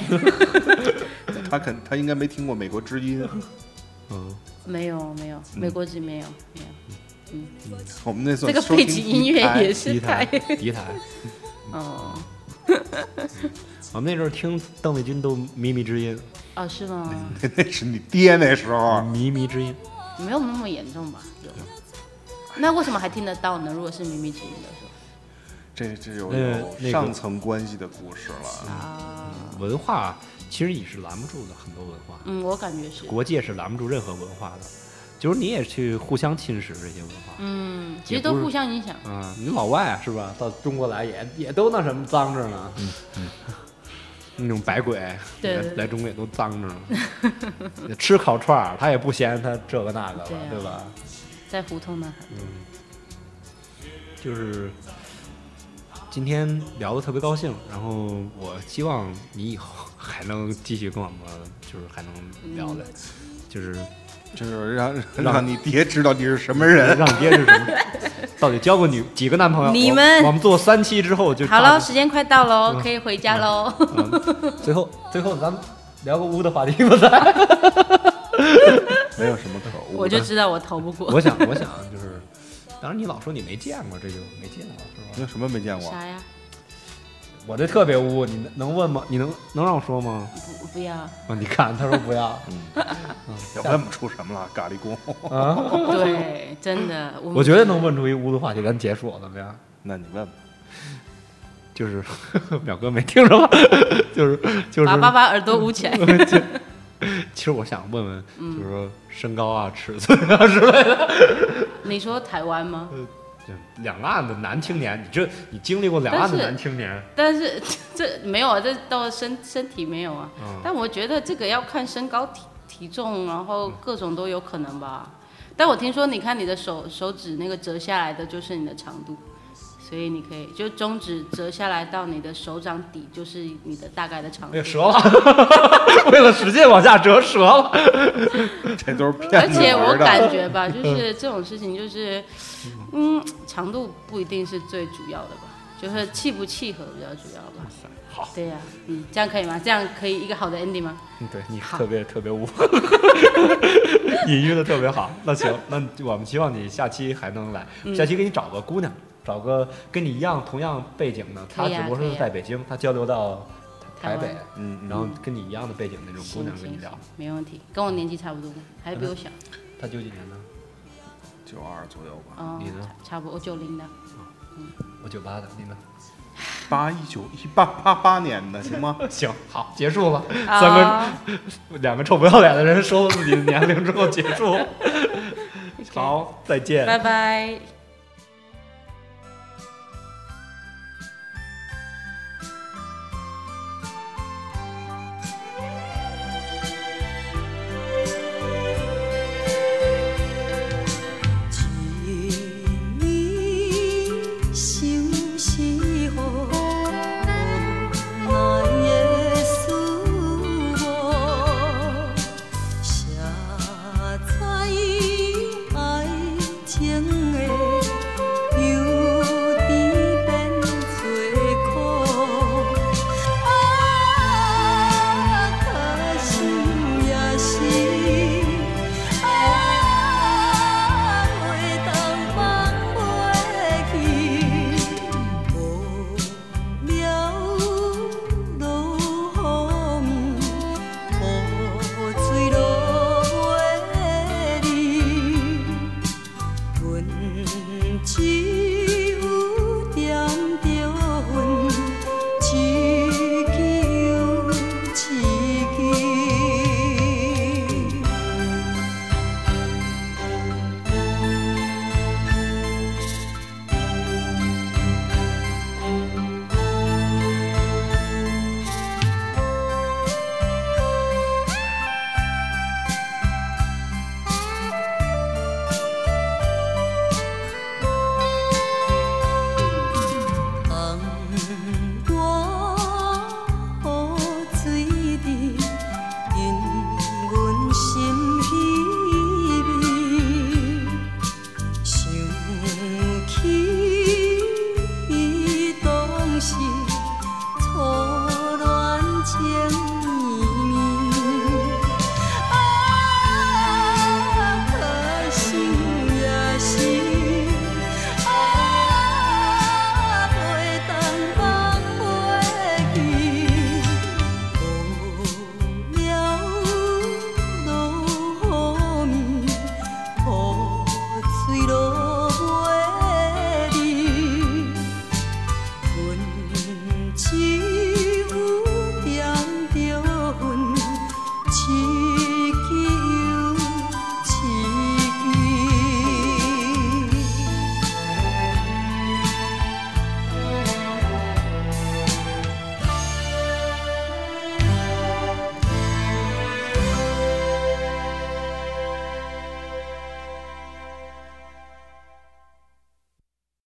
Speaker 3: 他肯他应该没听过《美国之音》，啊
Speaker 2: <laughs>
Speaker 1: 嗯，
Speaker 2: 没有没有，美国籍没有没有，
Speaker 3: 我们那
Speaker 2: 这
Speaker 3: 算
Speaker 2: 个
Speaker 3: 收
Speaker 2: 背
Speaker 3: 听
Speaker 2: 景音乐也
Speaker 1: 敌
Speaker 2: 是
Speaker 1: 台
Speaker 2: 太
Speaker 1: <laughs> 敌台，
Speaker 2: 哦
Speaker 1: 我们那时候听邓丽君都靡靡之音，
Speaker 2: 哦是吗？
Speaker 3: 台， <laughs> 那是你爹那时候。
Speaker 1: 靡靡之音，
Speaker 2: 没有那么严重吧？有。那为什么还听得到呢？如果是靡靡之音的时候
Speaker 3: 这这有
Speaker 1: 那个那
Speaker 3: 有
Speaker 1: 个
Speaker 3: 上层关系的故事了。
Speaker 2: 啊，
Speaker 1: 文化其实你是拦不住的，很多文化，
Speaker 2: 嗯，我感觉是，
Speaker 1: 国界是拦不住任何文化的，就是你也去互相侵蚀这些文化。
Speaker 2: 嗯，其实
Speaker 1: 也
Speaker 2: 都
Speaker 1: 不是
Speaker 2: 互相影响。
Speaker 1: 啊，你老外是吧？到中国来也也都那什么脏着呢，嗯那种百鬼
Speaker 2: 对对
Speaker 1: 来
Speaker 2: 对
Speaker 1: 来中国也都脏着呢，
Speaker 2: <laughs>
Speaker 1: 也吃烤串儿他也不嫌他这个那个了，
Speaker 2: 对啊
Speaker 1: 对吧？
Speaker 2: 在胡同那，
Speaker 1: 就是今天聊得特别高兴，然后我希望你以后还能继续跟我们，就是还能聊的，
Speaker 2: 嗯
Speaker 1: 就是
Speaker 3: 就是让让你爹知道你是什么人。
Speaker 1: 让爹是什
Speaker 2: <laughs>
Speaker 1: 么，到底交过女几个男朋友？
Speaker 2: 你
Speaker 1: 我
Speaker 2: 们
Speaker 1: 我们做三期之后就
Speaker 2: 好
Speaker 1: 大
Speaker 2: 喽，
Speaker 1: 致
Speaker 2: 时间快到喽，
Speaker 1: 嗯
Speaker 2: 可以回家喽。
Speaker 1: 嗯最后最后咱们聊个污的话题吧，咱。
Speaker 3: 没有什么可恶
Speaker 2: 我就知道我投不过。
Speaker 1: 我想我想就是，当然你老说你没见过，这就没见过
Speaker 3: 你
Speaker 1: 是
Speaker 3: 有
Speaker 1: 吧？
Speaker 3: 什么没见过？
Speaker 2: 啥呀？
Speaker 1: 我这特别污，你能能问吗？你能能让我说吗？
Speaker 2: 不不 <laughs> 要。
Speaker 1: 啊，你看他说不要
Speaker 2: 嗯
Speaker 3: 要问不出什么了，咖喱公。
Speaker 1: 啊，
Speaker 2: 对，真的，我
Speaker 1: 我觉得能问出一污的话题，咱结束怎么样？
Speaker 3: <laughs> 那你问吧。
Speaker 2: <laughs>
Speaker 1: 就是 <laughs> 淼哥没听着吧？ <laughs> 就是就是
Speaker 2: 把爸爸耳朵捂起来。
Speaker 1: <laughs> 其实我想问问，
Speaker 2: 嗯
Speaker 1: 就是说身高啊、尺寸 <laughs> 啊之类的，
Speaker 2: 你说台湾吗？
Speaker 1: 就两岸的男青年，你这你经历过两岸的
Speaker 2: 但是
Speaker 1: 男青年，
Speaker 2: 但是 <laughs> 这没有啊，这到身身体没有啊。
Speaker 1: 嗯，
Speaker 2: 但我觉得这个要看身高体体重，然后各种都有可能吧。但我听说，你看你的手手指那个折下来的就是你的长度，所以你可以就中指折下来到你的手掌底就是你的大概的长
Speaker 1: 哎
Speaker 2: 度
Speaker 1: 呀，。折了， <laughs> 为了使劲往下折，折了。
Speaker 3: 这都是骗
Speaker 2: 而
Speaker 3: 你
Speaker 2: 且我
Speaker 3: 玩的。
Speaker 2: 感
Speaker 1: <laughs>
Speaker 2: 觉吧，就是这种事情，就是，嗯，长度不一定是最主要的吧，就是契不契合比较主要吧。
Speaker 1: 好，
Speaker 2: 对呀、嗯，这样可以吗？这样可以一个好的 ending 吗？
Speaker 1: 嗯，对你
Speaker 2: 好
Speaker 1: 特别特别污， <laughs> 隐喻的特别好。那行，那我们希望你下期还能来，
Speaker 2: 嗯
Speaker 1: 下期给你找个姑娘，找个跟你一样同样背景的，她
Speaker 2: 可以
Speaker 1: 只
Speaker 2: 啊
Speaker 1: 不过
Speaker 2: 可以
Speaker 1: 是
Speaker 2: 啊
Speaker 1: 在北京，她交流到台
Speaker 2: 台
Speaker 1: 北
Speaker 2: 湾，
Speaker 3: 嗯，嗯
Speaker 1: 然后跟你一样的背景那种姑
Speaker 2: 行
Speaker 1: 娘跟你
Speaker 2: 行行
Speaker 1: 聊。，
Speaker 2: 没问题，跟我年纪差不多，还是比我小。
Speaker 1: 她九几年的？
Speaker 3: 九二左右吧，
Speaker 2: 哦
Speaker 1: 嗯你呢，
Speaker 2: 差差不多，我九零的。
Speaker 1: 我九八的，你呢？
Speaker 3: 八一九一八八八年的，行吗？
Speaker 1: 行，好，结束了。三
Speaker 2: 哦
Speaker 1: 个两个臭不要脸的 <laughs>
Speaker 2: <laughs>
Speaker 1: 人说自己的年龄之后结束。好，再见。
Speaker 2: 拜拜。